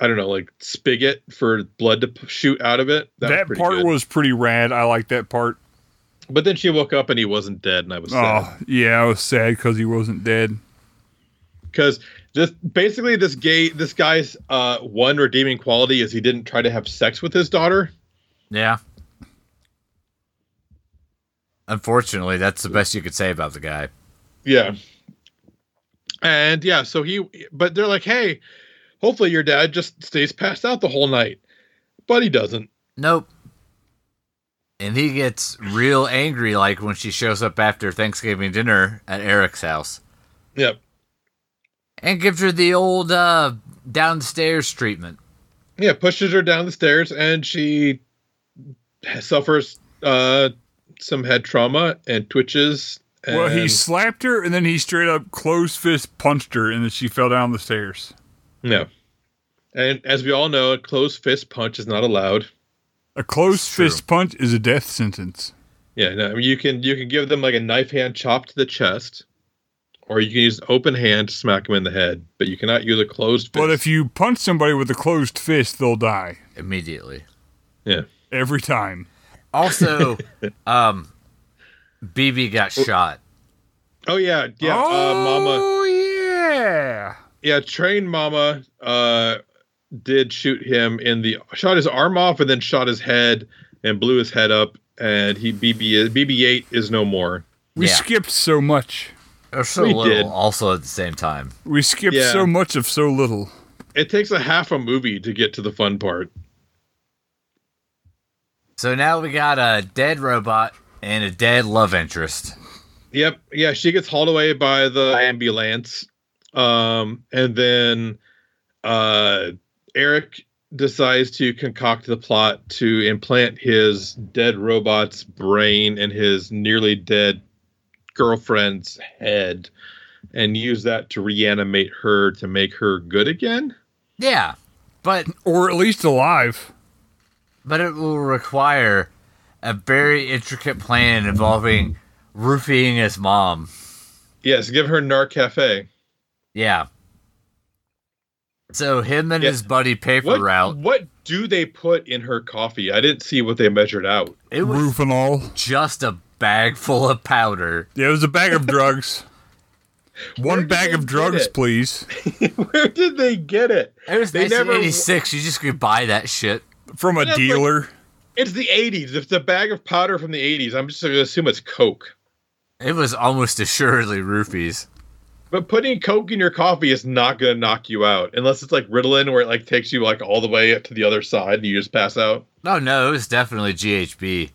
[SPEAKER 3] I don't know, like spigot for blood to p- shoot out of it. was
[SPEAKER 2] that
[SPEAKER 3] pretty
[SPEAKER 2] part
[SPEAKER 3] good.
[SPEAKER 2] was pretty rad. I like that part.
[SPEAKER 3] But then she woke up and he wasn't dead and I was sad.
[SPEAKER 2] Oh yeah, I was sad because he wasn't dead.
[SPEAKER 3] because this basically this gay this guy's uh, one redeeming quality is he didn't try to have sex with his daughter.
[SPEAKER 1] Yeah. Unfortunately, that's the best you could say about the guy.
[SPEAKER 3] Yeah. And yeah, so he but they're like, hey, hopefully your dad just stays passed out the whole night, but he doesn't.
[SPEAKER 1] Nope. And he gets real angry, like when she shows up after Thanksgiving dinner at Eric's house
[SPEAKER 3] Yep.
[SPEAKER 1] and gives her the old uh, downstairs treatment.
[SPEAKER 3] Yeah, pushes her down the stairs, and she suffers uh, some head trauma and twitches. And,
[SPEAKER 2] Well, he slapped her and then he straight up closed fist punched her and then she fell down the stairs.
[SPEAKER 3] no. And as we all know, a closed fist punch is not allowed.
[SPEAKER 2] A closed
[SPEAKER 1] It's true.
[SPEAKER 2] fist punch is a death sentence.
[SPEAKER 3] Yeah, no, I mean, you can you can give them like a knife hand chop to the chest, or you can use open hand to smack them in the head, but you cannot use a closed fist.
[SPEAKER 2] But if you punch somebody with a closed fist, they'll die
[SPEAKER 1] immediately.
[SPEAKER 3] yeah,
[SPEAKER 2] every time.
[SPEAKER 1] Also, um, BB got shot.
[SPEAKER 3] oh yeah, yeah, uh, Mama,
[SPEAKER 2] Oh yeah.
[SPEAKER 3] yeah, train Mama uh, did shoot him in the shot his arm off and then shot his head and blew his head up, and he BB BB-8 is no more.
[SPEAKER 2] We
[SPEAKER 1] Yeah.
[SPEAKER 2] skipped so much.
[SPEAKER 1] Or so
[SPEAKER 3] We
[SPEAKER 1] little,
[SPEAKER 3] did.
[SPEAKER 1] also at the same time.
[SPEAKER 2] We skipped
[SPEAKER 3] Yeah.
[SPEAKER 2] so much of so little.
[SPEAKER 3] It takes a half a movie to get to the fun part.
[SPEAKER 1] So now we got a dead robot and a dead love interest.
[SPEAKER 3] Yep. Yeah, she gets hauled away by the ambulance. Um, and then uh Eric decides to concoct the plot to implant his dead robot's brain in his nearly dead girlfriend's head and use that to reanimate her to make her good again.
[SPEAKER 1] Yeah, but
[SPEAKER 2] Or at least alive.
[SPEAKER 1] but it will require a very intricate plan involving roofing his mom.
[SPEAKER 3] Yes, give her Narcafe.
[SPEAKER 1] Yeah. So him and
[SPEAKER 3] Yeah.
[SPEAKER 1] his buddy pay for
[SPEAKER 3] What
[SPEAKER 1] route.
[SPEAKER 3] what do they put in her coffee? I didn't see what they measured out.
[SPEAKER 1] It was
[SPEAKER 2] Roof and all.
[SPEAKER 1] just a bag full of powder.
[SPEAKER 2] Yeah, it was a bag of drugs.
[SPEAKER 3] Where
[SPEAKER 2] One
[SPEAKER 3] did
[SPEAKER 2] bag
[SPEAKER 3] they
[SPEAKER 2] of
[SPEAKER 3] get
[SPEAKER 2] drugs,
[SPEAKER 3] it?
[SPEAKER 2] please.
[SPEAKER 3] Where did they get it?
[SPEAKER 1] It was
[SPEAKER 3] They never-
[SPEAKER 1] 1986. You just could buy that shit.
[SPEAKER 2] From a
[SPEAKER 3] Yeah, but-
[SPEAKER 2] dealer.
[SPEAKER 3] It's the 80s. If the bag of powder from the 80s, I'm just going to assume it's Coke.
[SPEAKER 1] It was almost assuredly roofies.
[SPEAKER 3] But putting Coke in your coffee is not going to knock you out unless it's like Ritalin where it like takes you like all the way up to the other side and you just pass out.
[SPEAKER 1] No, no, it was definitely GHB.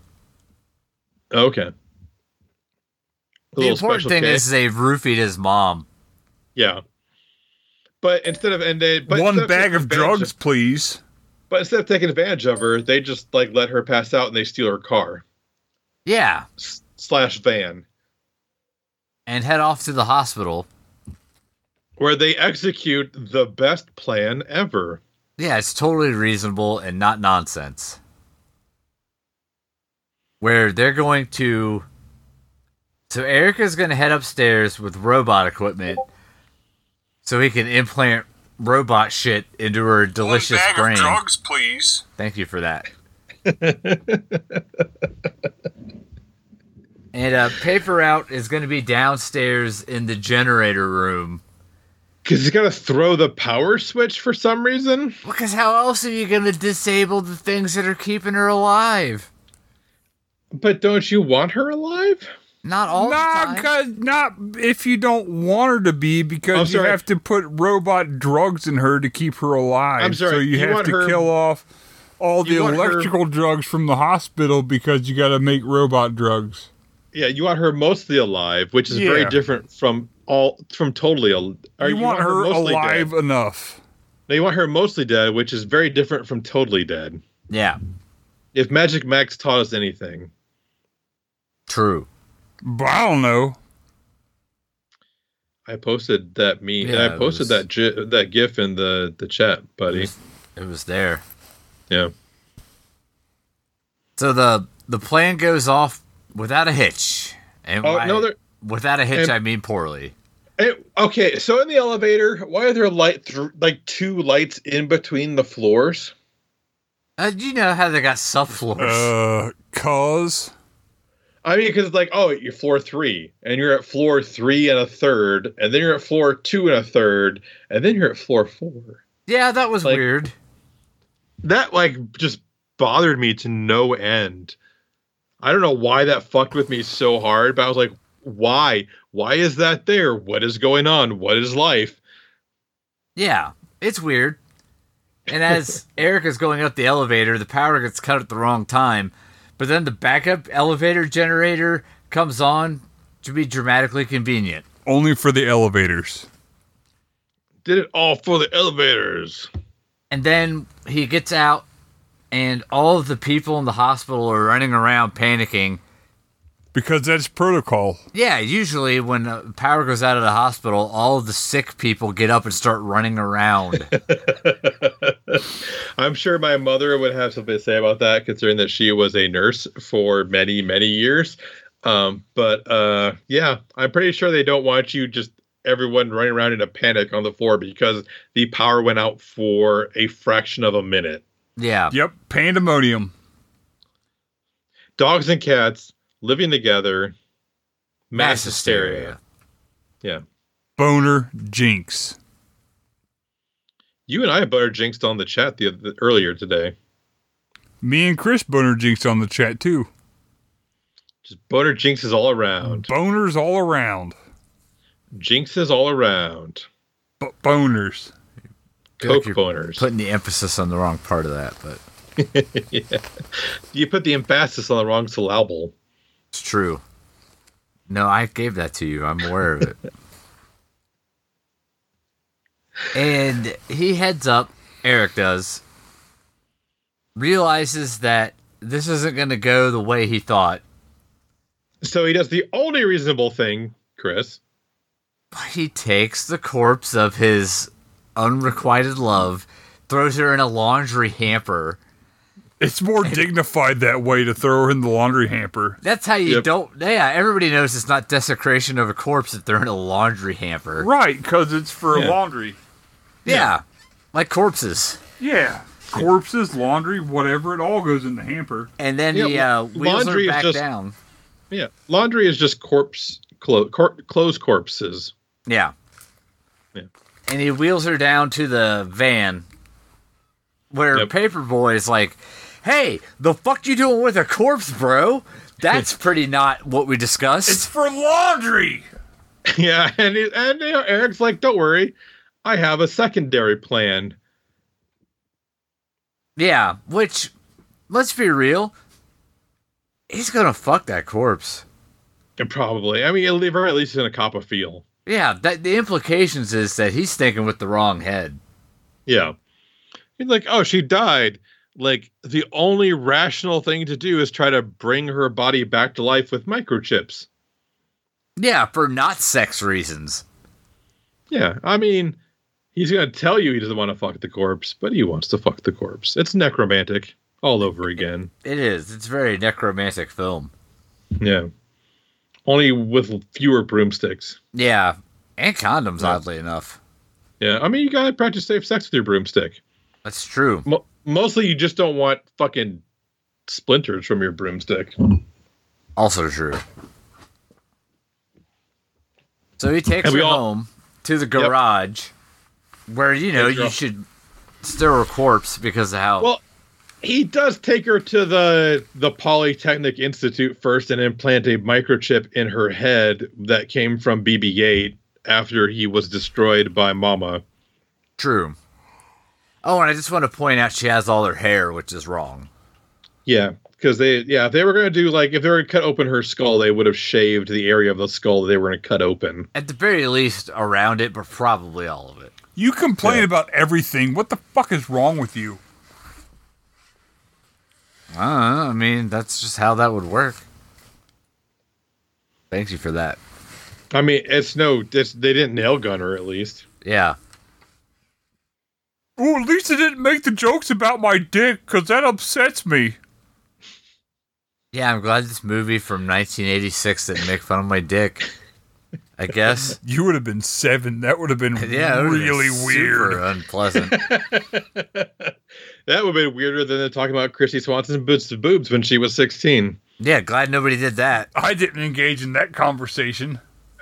[SPEAKER 3] Okay. A
[SPEAKER 1] The
[SPEAKER 3] little
[SPEAKER 1] important
[SPEAKER 3] special
[SPEAKER 1] thing
[SPEAKER 3] K.
[SPEAKER 1] is they roofied his mom.
[SPEAKER 3] yeah. But instead of and they but instead
[SPEAKER 2] One bag
[SPEAKER 3] taking
[SPEAKER 2] of
[SPEAKER 3] advantage
[SPEAKER 2] drugs, please.
[SPEAKER 3] but instead of taking advantage of her, they just like let her pass out and they steal her car
[SPEAKER 1] Yeah,
[SPEAKER 3] s- slash van
[SPEAKER 1] and head off to the hospital.
[SPEAKER 3] where they execute the best plan ever.
[SPEAKER 1] Yeah, it's totally reasonable and not nonsense. Where they're going to. So Erica's going to head upstairs with robot equipment so he can implant robot shit into her delicious brain.
[SPEAKER 2] please.
[SPEAKER 1] Thank you for that. and uh, Paper Out is going to be downstairs in the generator room.
[SPEAKER 3] Cause he's gotta throw the power switch for some reason.
[SPEAKER 1] Because how else are you going to disable the things that are keeping her alive?
[SPEAKER 3] But don't you want her alive?
[SPEAKER 1] Not all
[SPEAKER 2] Nah,
[SPEAKER 1] the time.
[SPEAKER 2] cause not if you don't want her to be,
[SPEAKER 3] I'm
[SPEAKER 2] because you
[SPEAKER 3] sorry.
[SPEAKER 2] have to put robot drugs in her to keep her alive.
[SPEAKER 3] I'm sorry,
[SPEAKER 2] So you,
[SPEAKER 3] you
[SPEAKER 2] have
[SPEAKER 3] want
[SPEAKER 2] to
[SPEAKER 3] her-
[SPEAKER 2] kill off all the
[SPEAKER 3] You want her-
[SPEAKER 2] electrical drugs from the hospital because you got to make robot drugs.
[SPEAKER 3] Yeah, you want her mostly alive, which is
[SPEAKER 2] Yeah.
[SPEAKER 3] very different from all from totally. Al- or
[SPEAKER 2] you, want, her
[SPEAKER 3] mostly
[SPEAKER 2] alive
[SPEAKER 3] Dead.
[SPEAKER 2] enough.
[SPEAKER 3] No, you want her mostly dead, which is very different from totally dead.
[SPEAKER 1] Yeah,
[SPEAKER 3] If Magic Max taught us anything,
[SPEAKER 1] true.
[SPEAKER 2] But I don't know.
[SPEAKER 3] I posted that meme. and
[SPEAKER 1] Yeah,
[SPEAKER 3] I
[SPEAKER 1] it
[SPEAKER 3] posted
[SPEAKER 1] was-
[SPEAKER 3] that gi- that GIF in the the chat, buddy.
[SPEAKER 1] It was there.
[SPEAKER 3] Yeah,
[SPEAKER 1] So the the plan goes off without a hitch. And
[SPEAKER 3] Oh,
[SPEAKER 1] why-
[SPEAKER 3] no, there-
[SPEAKER 1] without a hitch,
[SPEAKER 3] and-
[SPEAKER 1] I mean poorly.
[SPEAKER 3] It- okay, so in the elevator, why are there light thr like two lights in between the floors? Uh,
[SPEAKER 1] Uh, you know how they got subfloors.
[SPEAKER 2] Uh, cause
[SPEAKER 3] I mean, because it's like, oh, you're floor three, and you're at floor three and a third, and then you're at floor two and a third, and then you're at floor four.
[SPEAKER 1] Yeah, that was
[SPEAKER 3] Like-
[SPEAKER 1] weird.
[SPEAKER 3] That like just bothered me to no end. I don't know why that fucked with me so hard, but I was like, why? Why is that there? What is going on? What is life?
[SPEAKER 1] Yeah, it's weird. And as Eric is going up the elevator, the power gets cut at the wrong time. But then the backup elevator generator comes on to be dramatically convenient.
[SPEAKER 2] Only for the elevators.
[SPEAKER 3] Did it all for the elevators.
[SPEAKER 1] And then he gets out, and all of the people in the hospital are running around panicking.
[SPEAKER 2] Because that's protocol.
[SPEAKER 1] Yeah, usually when uh, power goes out of the hospital, all of the sick people get up and start running around.
[SPEAKER 3] I'm sure my mother would have something to say about that, considering that she was a nurse for many, many years. Um, but uh, yeah, I'm pretty sure they don't want you just everyone running around in a panic on the floor because the power went out for a fraction of a minute.
[SPEAKER 1] yeah.
[SPEAKER 2] Yep, pandemonium.
[SPEAKER 3] Dogs and cats living together, mass,
[SPEAKER 1] Mass
[SPEAKER 3] hysteria.
[SPEAKER 1] hysteria.
[SPEAKER 2] Boner jinx.
[SPEAKER 3] You and I butter jinxed on the chat the, the earlier today.
[SPEAKER 2] Me and Chris boner jinx on the chat too.
[SPEAKER 3] Just butter jinxes all around.
[SPEAKER 2] Boners all around.
[SPEAKER 3] Jinxes all around.
[SPEAKER 2] B- boners.
[SPEAKER 1] Feel like
[SPEAKER 3] Coke
[SPEAKER 1] you're
[SPEAKER 3] boners.
[SPEAKER 1] Putting the emphasis on the wrong part of that, but
[SPEAKER 3] You put the emphasis on the wrong syllable.
[SPEAKER 1] it's true. No, I gave that to you. I'm aware of it. and he heads up, Eric does, realizes that this isn't going to go the way he thought.
[SPEAKER 3] So he does the only reasonable thing, Chris.
[SPEAKER 1] He takes the corpse of his unrequited love, throws her in a laundry hamper.
[SPEAKER 2] It's more dignified that way to throw her in the laundry hamper.
[SPEAKER 1] That's how you
[SPEAKER 3] Yep.
[SPEAKER 1] don't. Yeah, everybody knows it's not desecration of a corpse if they're in a laundry hamper.
[SPEAKER 2] Right, because it's for
[SPEAKER 3] Yeah.
[SPEAKER 2] laundry.
[SPEAKER 1] Yeah. like corpses.
[SPEAKER 2] Yeah. Corpses, laundry, whatever, it all goes in the hamper.
[SPEAKER 1] And then
[SPEAKER 3] Yeah,
[SPEAKER 1] he
[SPEAKER 3] la-
[SPEAKER 1] uh, wheels
[SPEAKER 3] laundry
[SPEAKER 1] her
[SPEAKER 3] is
[SPEAKER 1] back
[SPEAKER 3] just-
[SPEAKER 1] down.
[SPEAKER 3] Yeah, laundry is just corpse clo- cor- clothes corpses.
[SPEAKER 1] Yeah.
[SPEAKER 3] Yeah.
[SPEAKER 1] And he wheels her down to the van where
[SPEAKER 3] Yep.
[SPEAKER 1] Paperboy is like, hey, the fuck you doing with a corpse, bro? That's pretty not what we discussed.
[SPEAKER 2] It's for laundry.
[SPEAKER 3] yeah, and he, and you know, Eric's like, "Don't worry, I have a secondary plan."
[SPEAKER 1] Yeah, which, let's be real, he's gonna fuck that corpse.
[SPEAKER 3] And probably, I mean, it'll leave her at least in a cop of feel.
[SPEAKER 1] Yeah, that the implications is that he's thinking with the wrong head.
[SPEAKER 3] Yeah, he's like, "Oh, she died." Like the only rational thing to do is try to bring her body back to life with microchips.
[SPEAKER 1] Yeah, for not sex reasons.
[SPEAKER 3] Yeah, I mean, he's gonna tell you he doesn't want to fuck the corpse, but he wants to fuck the corpse. It's necromantic all over again.
[SPEAKER 1] It is. It's a very necromantic film.
[SPEAKER 3] Yeah, only with fewer broomsticks.
[SPEAKER 1] Yeah, and condoms, oddly enough.
[SPEAKER 3] Yeah, I mean, you gotta practice safe sex with your broomstick.
[SPEAKER 1] That's true.
[SPEAKER 3] Mo- mostly, you just don't want fucking splinters from your broomstick.
[SPEAKER 1] Also true. So he takes
[SPEAKER 3] And we
[SPEAKER 1] her
[SPEAKER 3] all-
[SPEAKER 1] home to the garage, where you know
[SPEAKER 3] Takes her
[SPEAKER 1] you
[SPEAKER 3] off.
[SPEAKER 1] should stir a corpse because of how.
[SPEAKER 3] Well, he does take her to the the Polytechnic Institute first and implant a microchip in her head that came from BB-8 after he was destroyed by Mama.
[SPEAKER 1] True. Oh, and I just want to point out she has all her hair, which is wrong.
[SPEAKER 3] Yeah, because they yeah if they were gonna do like if they were to cut open her skull, they would have shaved the area of the skull they were gonna cut open.
[SPEAKER 1] At the very least, around it, but probably all of it.
[SPEAKER 2] You complain
[SPEAKER 3] Yeah.
[SPEAKER 2] about everything. What the fuck is wrong with you?
[SPEAKER 1] I don't know. I mean, that's just how that would work. Thank you for that.
[SPEAKER 3] I mean, it's no, it's, they didn't nail gun her at least.
[SPEAKER 1] Yeah.
[SPEAKER 2] Oh, at least I didn't make the jokes about my dick, because that upsets me.
[SPEAKER 1] Yeah, I'm glad this movie from 1986 didn't make fun of my dick. I guess.
[SPEAKER 2] You would have been seven. That would have been
[SPEAKER 1] Yeah, it would've been
[SPEAKER 2] really
[SPEAKER 1] super
[SPEAKER 2] weird.
[SPEAKER 1] unpleasant.
[SPEAKER 3] That would have been weirder than talking about Christy Swanson's boobs to boobs when she was sixteen.
[SPEAKER 1] Yeah, glad nobody did that.
[SPEAKER 2] I didn't engage in that conversation.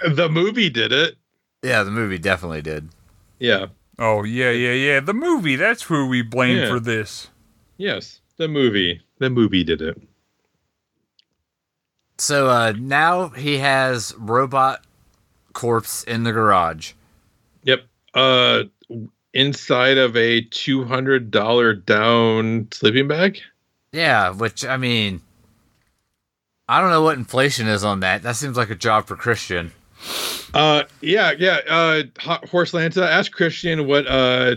[SPEAKER 3] The movie did it.
[SPEAKER 1] Yeah, the movie definitely did.
[SPEAKER 3] Yeah.
[SPEAKER 2] Oh yeah, yeah, yeah. The movie. That's who we blame
[SPEAKER 3] Yeah.
[SPEAKER 2] for this.
[SPEAKER 3] Yes. The movie. The movie did it.
[SPEAKER 1] So uh, now he has robot corpse in the garage.
[SPEAKER 3] Yep. Uh inside of a two hundred dollar down sleeping bag.
[SPEAKER 1] Yeah, which I mean, I don't know what inflation is on that. That seems like a job for Christian.
[SPEAKER 3] Uh yeah, yeah. Uh Ho- Horse Lanta asked Christian what uh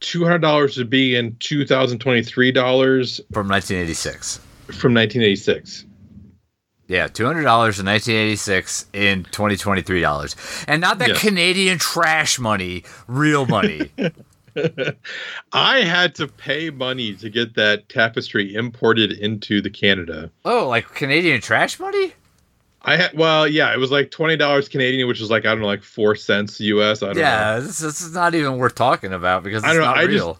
[SPEAKER 3] two hundred dollars would be in two thousand twenty three dollars
[SPEAKER 1] from 1986.
[SPEAKER 3] from nineteen eighty six.
[SPEAKER 1] Yeah, two hundred dollars in 1986 in 2023 dollars, and not that
[SPEAKER 3] Yes.
[SPEAKER 1] Canadian trash money, real money.
[SPEAKER 3] I had to pay money to get that tapestry imported into the Canada.
[SPEAKER 1] oh, like Canadian trash money?
[SPEAKER 3] I had well, yeah, it was like twenty dollars Canadian, which was like I don't know, like four cents US. I don't know.
[SPEAKER 1] Yeah, this, this is not even worth talking about because it's
[SPEAKER 3] I don't know,
[SPEAKER 1] not
[SPEAKER 3] I just-
[SPEAKER 1] real.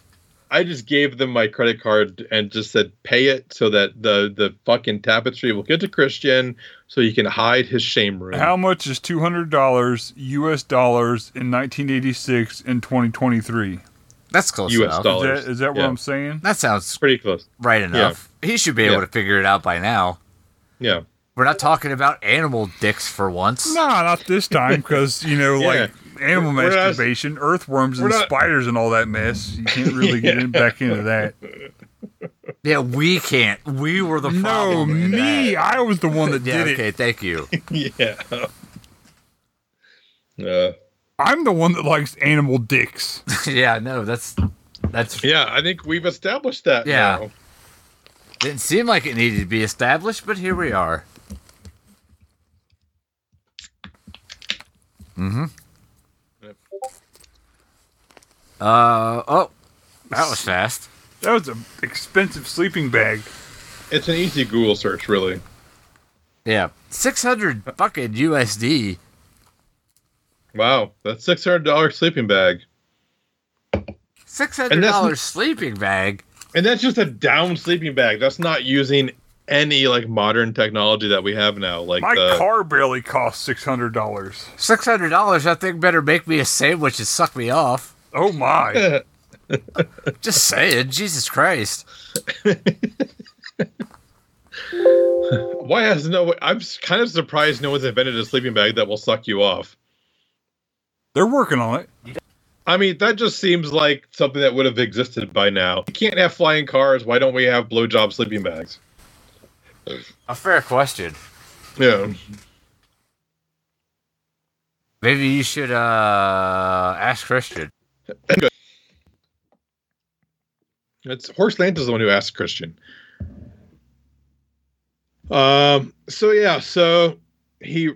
[SPEAKER 3] I just gave them my credit card and just said pay it so that the the fucking tapestry will get to Christian so he can hide his shame room.
[SPEAKER 2] How much is two hundred dollars U.S. dollars in 1986 and 2023? Is
[SPEAKER 1] That's close
[SPEAKER 3] US
[SPEAKER 1] enough.
[SPEAKER 3] dollar.
[SPEAKER 2] that,
[SPEAKER 3] Dollars.
[SPEAKER 2] is that what
[SPEAKER 3] Yeah.
[SPEAKER 2] I'm saying?
[SPEAKER 1] That sounds
[SPEAKER 3] Pretty close.
[SPEAKER 1] right enough. He should be able
[SPEAKER 3] Yeah.
[SPEAKER 1] to figure it out by now.
[SPEAKER 3] Yeah.
[SPEAKER 1] We're not talking about animal dicks for once.
[SPEAKER 2] No, not this time, because you know,
[SPEAKER 3] Yeah.
[SPEAKER 2] like animal
[SPEAKER 3] We're- we're not-
[SPEAKER 2] masturbation, earthworms, and
[SPEAKER 3] we're not-
[SPEAKER 2] spiders, and all that mess. You can't really get in, back into that.
[SPEAKER 1] Yeah, we can't. We were the
[SPEAKER 2] No,
[SPEAKER 1] problem. in
[SPEAKER 2] me.
[SPEAKER 1] that.
[SPEAKER 2] I was the one that
[SPEAKER 1] Yeah.
[SPEAKER 2] did
[SPEAKER 1] Okay.
[SPEAKER 2] it.
[SPEAKER 1] Thank you.
[SPEAKER 3] Yeah. Uh,
[SPEAKER 2] I'm the one that likes animal dicks.
[SPEAKER 1] yeah. No. That's that's
[SPEAKER 3] yeah, I think we've established that.
[SPEAKER 1] Yeah.
[SPEAKER 3] now.
[SPEAKER 1] Didn't seem like it needed to be established, but here we are.
[SPEAKER 3] Yep.
[SPEAKER 1] Uh oh, that was fast.
[SPEAKER 2] That was an expensive sleeping bag.
[SPEAKER 3] It's an easy Google search, really.
[SPEAKER 1] Yeah, six hundred fucking USD.
[SPEAKER 3] Wow, that's six hundred dollar sleeping bag,
[SPEAKER 1] Six hundred dollars sleeping bag.
[SPEAKER 3] and that's just a down sleeping bag. That's not using any like modern technology that we have now. Like uh,
[SPEAKER 2] My
[SPEAKER 3] the,
[SPEAKER 2] car barely cost six hundred dollars.
[SPEAKER 1] Six hundred dollars. I think better make me a sandwich and suck me off.
[SPEAKER 2] Oh my!
[SPEAKER 1] Just saying, Jesus Christ.
[SPEAKER 3] Why has no? I'm s- kind of surprised no one's invented a sleeping bag that will suck you off.
[SPEAKER 2] They're working on it.
[SPEAKER 3] I mean, that just seems like something that would have existed by now. You can't have flying cars. Why don't we have blowjob sleeping bags?
[SPEAKER 1] A fair question.
[SPEAKER 3] Yeah.
[SPEAKER 1] Maybe you should uh ask Christian.
[SPEAKER 3] It's Horse Lance is the one who asked Christian. Um. So yeah. So he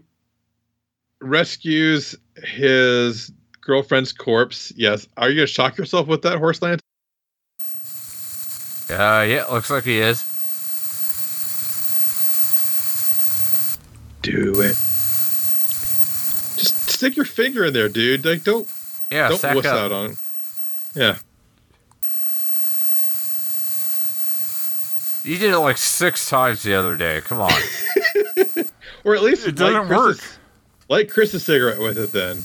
[SPEAKER 3] rescues his girlfriend's corpse. Yes. Are you gonna shock yourself with that horse lance?
[SPEAKER 1] Uh, yeah, looks like he is.
[SPEAKER 3] Do it. Just stick your finger in there, dude. Like, don't
[SPEAKER 1] Yeah,
[SPEAKER 3] don't
[SPEAKER 1] sack
[SPEAKER 3] wuss
[SPEAKER 1] up.
[SPEAKER 3] out on. it. Yeah.
[SPEAKER 1] You did it like six times the other day. Come on.
[SPEAKER 3] Or at least
[SPEAKER 2] It doesn't
[SPEAKER 3] Chris's-
[SPEAKER 2] work.
[SPEAKER 3] Light Chris's cigarette with it then.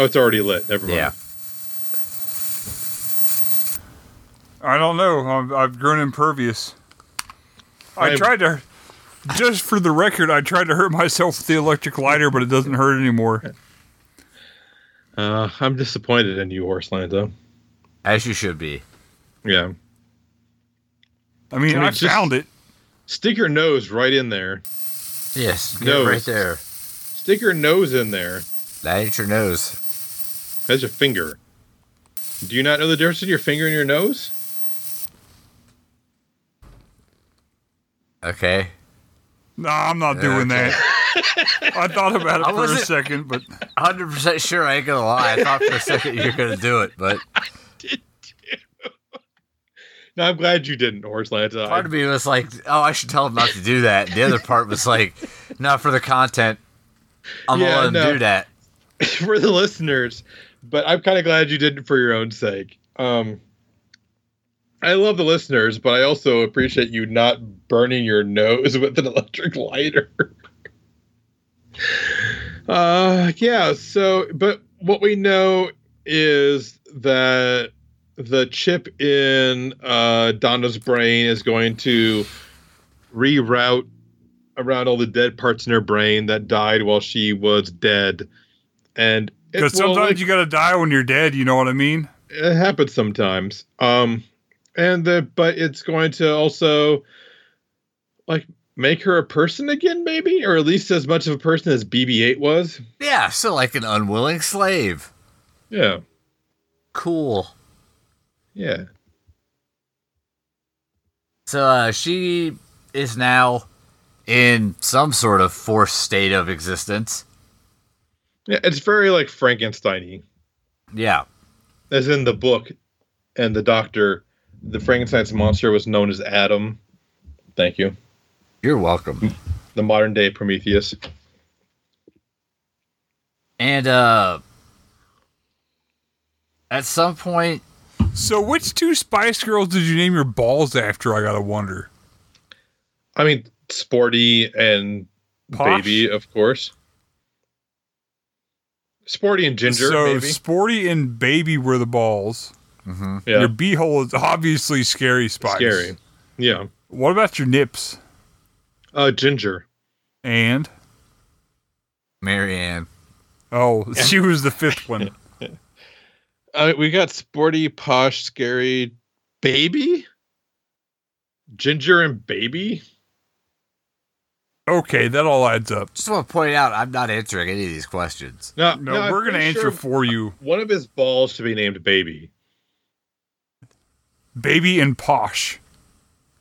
[SPEAKER 3] Oh, it's already lit. Never mind.
[SPEAKER 1] yeah.
[SPEAKER 2] I don't know. I've, I've grown impervious. I
[SPEAKER 3] I'm-
[SPEAKER 2] tried to, just for the record, I tried to hurt myself with the electric lighter, but it doesn't hurt anymore.
[SPEAKER 3] Uh, I'm disappointed in you, Horse Lando.
[SPEAKER 1] As you should be.
[SPEAKER 3] Yeah.
[SPEAKER 2] I mean,
[SPEAKER 3] I mean,
[SPEAKER 2] I
[SPEAKER 3] just-
[SPEAKER 2] found it.
[SPEAKER 3] Stick your nose right in there.
[SPEAKER 1] Yes. Get
[SPEAKER 3] Nose.
[SPEAKER 1] it right there.
[SPEAKER 3] Stick your nose in there.
[SPEAKER 1] That ain't your nose.
[SPEAKER 3] That's your finger. Do you not know the difference between your finger and your nose?
[SPEAKER 1] Okay.
[SPEAKER 2] No, I'm not doing
[SPEAKER 1] Okay.
[SPEAKER 2] that. I thought about
[SPEAKER 1] I
[SPEAKER 2] it for a
[SPEAKER 1] wasn't-
[SPEAKER 2] second, but
[SPEAKER 1] 100% sure I ain't gonna lie. I thought for a second you were gonna do it, but
[SPEAKER 3] No, I'm glad you didn't, Horse Lanta.
[SPEAKER 1] part of me was like, oh, I should tell him not to do that. The other part was like, not for the content. I'm
[SPEAKER 3] Yeah,
[SPEAKER 1] gonna let him
[SPEAKER 3] no.
[SPEAKER 1] do that.
[SPEAKER 3] for the listeners, but I'm kind of glad you didn't for your own sake. Um, I love the listeners, but I also appreciate you not burning your nose with an electric lighter. uh, yeah. So, but what we know is that the chip in uh, Donna's brain is going to reroute around all the dead parts in her brain that died while she was dead, and it
[SPEAKER 2] Because
[SPEAKER 3] will,
[SPEAKER 2] sometimes
[SPEAKER 3] like,
[SPEAKER 2] you gotta die when you're dead. You know what I mean?
[SPEAKER 3] it happens sometimes. Um, and the but it's going to also like make her a person again, maybe, or at least as much of a person as BB-8 was.
[SPEAKER 1] Yeah, so like an unwilling slave.
[SPEAKER 3] Yeah,
[SPEAKER 1] Cool.
[SPEAKER 3] yeah.
[SPEAKER 1] So uh, she is now in some sort of forced state of existence.
[SPEAKER 3] Yeah, it's very like Frankenstein-y.
[SPEAKER 1] Yeah.
[SPEAKER 3] As in the book and the doctor, the Frankenstein's monster was known as Adam. Thank you.
[SPEAKER 1] You're welcome.
[SPEAKER 3] The modern day Prometheus.
[SPEAKER 1] And uh at some point
[SPEAKER 2] So which two Spice Girls did you name your balls after? I gotta wonder.
[SPEAKER 3] I mean, sporty and
[SPEAKER 2] Posh?
[SPEAKER 3] baby, of course. Sporty and ginger,
[SPEAKER 2] so
[SPEAKER 3] maybe.
[SPEAKER 2] Sporty and Baby were the balls.
[SPEAKER 1] Mhm.
[SPEAKER 3] Yeah.
[SPEAKER 2] Your beehole is obviously scary spice.
[SPEAKER 3] Scary. Yeah.
[SPEAKER 2] What about your nips?
[SPEAKER 3] Uh, ginger.
[SPEAKER 2] And
[SPEAKER 1] Marianne.
[SPEAKER 2] oh, she was the fifth one.
[SPEAKER 3] Uh, we got sporty, posh, scary, baby, ginger, and baby.
[SPEAKER 2] Okay, that all adds up.
[SPEAKER 1] Just want to point out I'm not answering any of these questions.
[SPEAKER 3] No,
[SPEAKER 2] No,
[SPEAKER 3] I'm
[SPEAKER 2] we're gonna
[SPEAKER 3] pretty
[SPEAKER 2] answer
[SPEAKER 3] sure
[SPEAKER 2] for you,
[SPEAKER 3] one of his balls should be named baby.
[SPEAKER 2] baby and posh.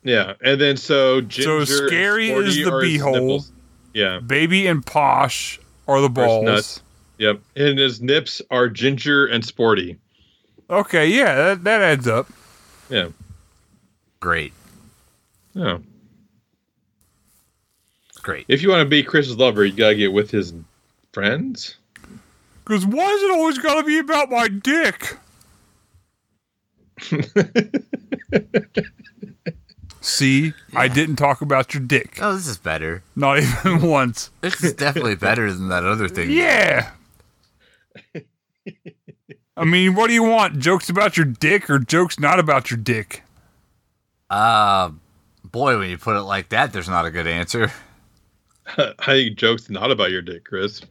[SPEAKER 3] Yeah, and then so ginger. and
[SPEAKER 2] scary
[SPEAKER 3] sporty
[SPEAKER 2] is the
[SPEAKER 3] are his
[SPEAKER 2] beehole.
[SPEAKER 3] nipples. Yeah.
[SPEAKER 2] Baby and posh are the
[SPEAKER 3] First
[SPEAKER 2] balls.
[SPEAKER 3] nuts. Yep. And his nips are ginger and sporty.
[SPEAKER 2] Okay, yeah, that, that adds up.
[SPEAKER 3] Yeah.
[SPEAKER 1] Great.
[SPEAKER 3] Yeah.
[SPEAKER 1] Great.
[SPEAKER 3] If you want to be Chris's lover, you gotta get with his friends.
[SPEAKER 2] Because why is it always gotta be about my dick? See, I didn't talk about your dick.
[SPEAKER 1] Oh, this is better.
[SPEAKER 2] Not even once.
[SPEAKER 1] This is definitely better than that other thing.
[SPEAKER 2] Yeah. I mean, what do you want? Jokes about your dick or jokes not about your dick?
[SPEAKER 1] Uh boy, when you put it like that, there's not a good answer.
[SPEAKER 3] I think jokes not about your dick, Chris.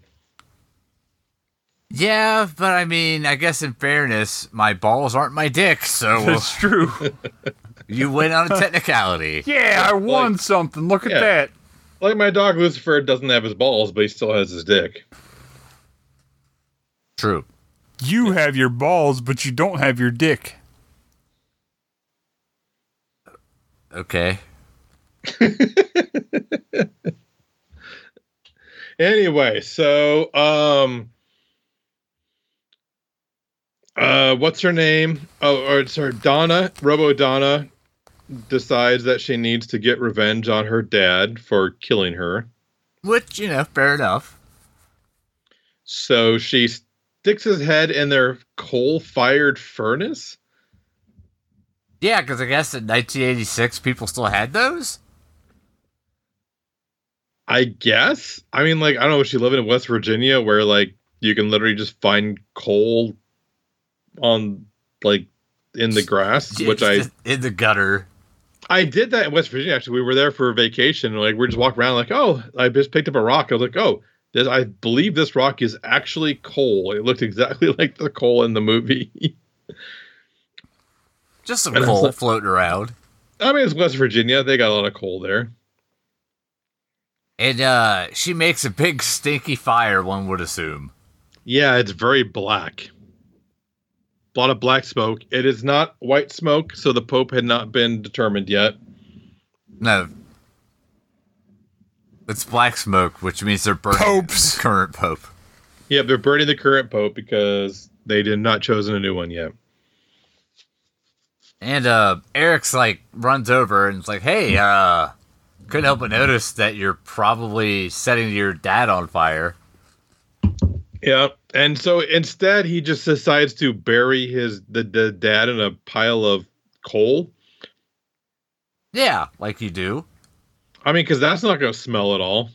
[SPEAKER 1] Yeah, but I mean, I guess in fairness, my balls aren't my dick, so
[SPEAKER 2] That's true.
[SPEAKER 1] you win on a technicality.
[SPEAKER 2] Yeah, I won
[SPEAKER 3] like-
[SPEAKER 2] something. Look at
[SPEAKER 3] Yeah.
[SPEAKER 2] that.
[SPEAKER 3] Like my dog Lucifer doesn't have his balls, but he still has his dick.
[SPEAKER 1] True.
[SPEAKER 2] You have your balls, but you don't have your dick.
[SPEAKER 1] Okay.
[SPEAKER 3] Anyway, so um uh what's her name? Oh or it's her Donna, Robo Donna decides that she needs to get revenge on her dad for killing her.
[SPEAKER 1] Which, you know, fair enough.
[SPEAKER 3] So she sticks his head in their coal fired furnace?
[SPEAKER 1] Yeah, because I guess in 1986, people still had those?
[SPEAKER 3] I guess. I mean, like, I don't know. She living in West Virginia, where like you can literally just find coal on like in the grass,
[SPEAKER 1] Yeah,
[SPEAKER 3] which I
[SPEAKER 1] just In the gutter.
[SPEAKER 3] I did that in West Virginia. Actually, we were there for a vacation. And, like, we we're just walking around. Like, oh, I just picked up a rock. I was like, oh, this, I believe this rock is actually coal. It looked exactly like the coal in the movie.
[SPEAKER 1] Just some
[SPEAKER 3] And it's
[SPEAKER 1] coal
[SPEAKER 3] like-
[SPEAKER 1] floating around.
[SPEAKER 3] I mean, it's West Virginia. They got a lot of coal there.
[SPEAKER 1] And uh, she makes a big stinky fire, one would assume.
[SPEAKER 3] Yeah, it's very black. A lot of black smoke. It is not white smoke, so the Pope had not been determined yet.
[SPEAKER 1] No. It's black smoke, which means they're burning
[SPEAKER 2] Popes.
[SPEAKER 1] the current pope.
[SPEAKER 3] Yeah, they're burning the current Pope because they did not chosen a new one yet.
[SPEAKER 1] And uh, Eric's like runs over and is like, "Hey, uh, couldn't help but notice that you're probably setting your dad on fire."
[SPEAKER 3] Yeah. And so instead he just decides to bury his the, the dad in a pile of coal
[SPEAKER 1] Yeah, like you do.
[SPEAKER 3] I mean, because that's not going to smell at all.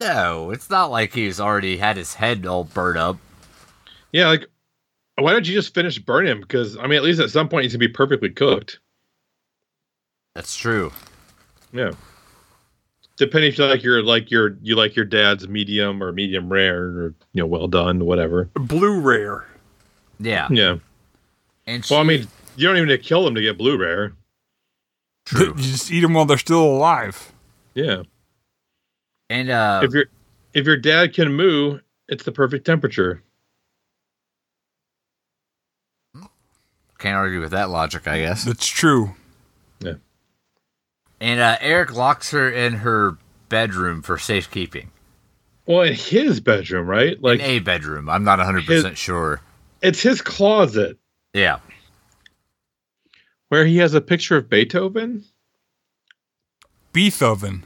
[SPEAKER 1] No, it's not like he's already had his head all burnt up.
[SPEAKER 3] Yeah, like why don't you just finish burn him? Because I mean, at least at some point he's gonna be perfectly cooked.
[SPEAKER 1] That's true.
[SPEAKER 3] Yeah. Depending if you like your like your you like your dad's medium or medium rare or you know well done whatever.
[SPEAKER 2] Blue rare.
[SPEAKER 1] Yeah.
[SPEAKER 3] Yeah.
[SPEAKER 1] And she,
[SPEAKER 3] Well, I mean, you don't even need to kill them to get blue rare.
[SPEAKER 1] true.
[SPEAKER 2] You just eat them while they're still alive.
[SPEAKER 3] Yeah.
[SPEAKER 1] And uh,
[SPEAKER 3] if your if your dad can moo, it's the perfect temperature.
[SPEAKER 1] can't argue with that logic, I guess.
[SPEAKER 2] That's true.
[SPEAKER 1] And uh, Eric locks her in her bedroom for safekeeping.
[SPEAKER 3] Well, in his bedroom, right?
[SPEAKER 1] In
[SPEAKER 3] Like
[SPEAKER 1] a bedroom. I'm not 100% sure.
[SPEAKER 3] it's his closet
[SPEAKER 1] Yeah.
[SPEAKER 3] where he has a picture of Beethoven.
[SPEAKER 2] Beethoven.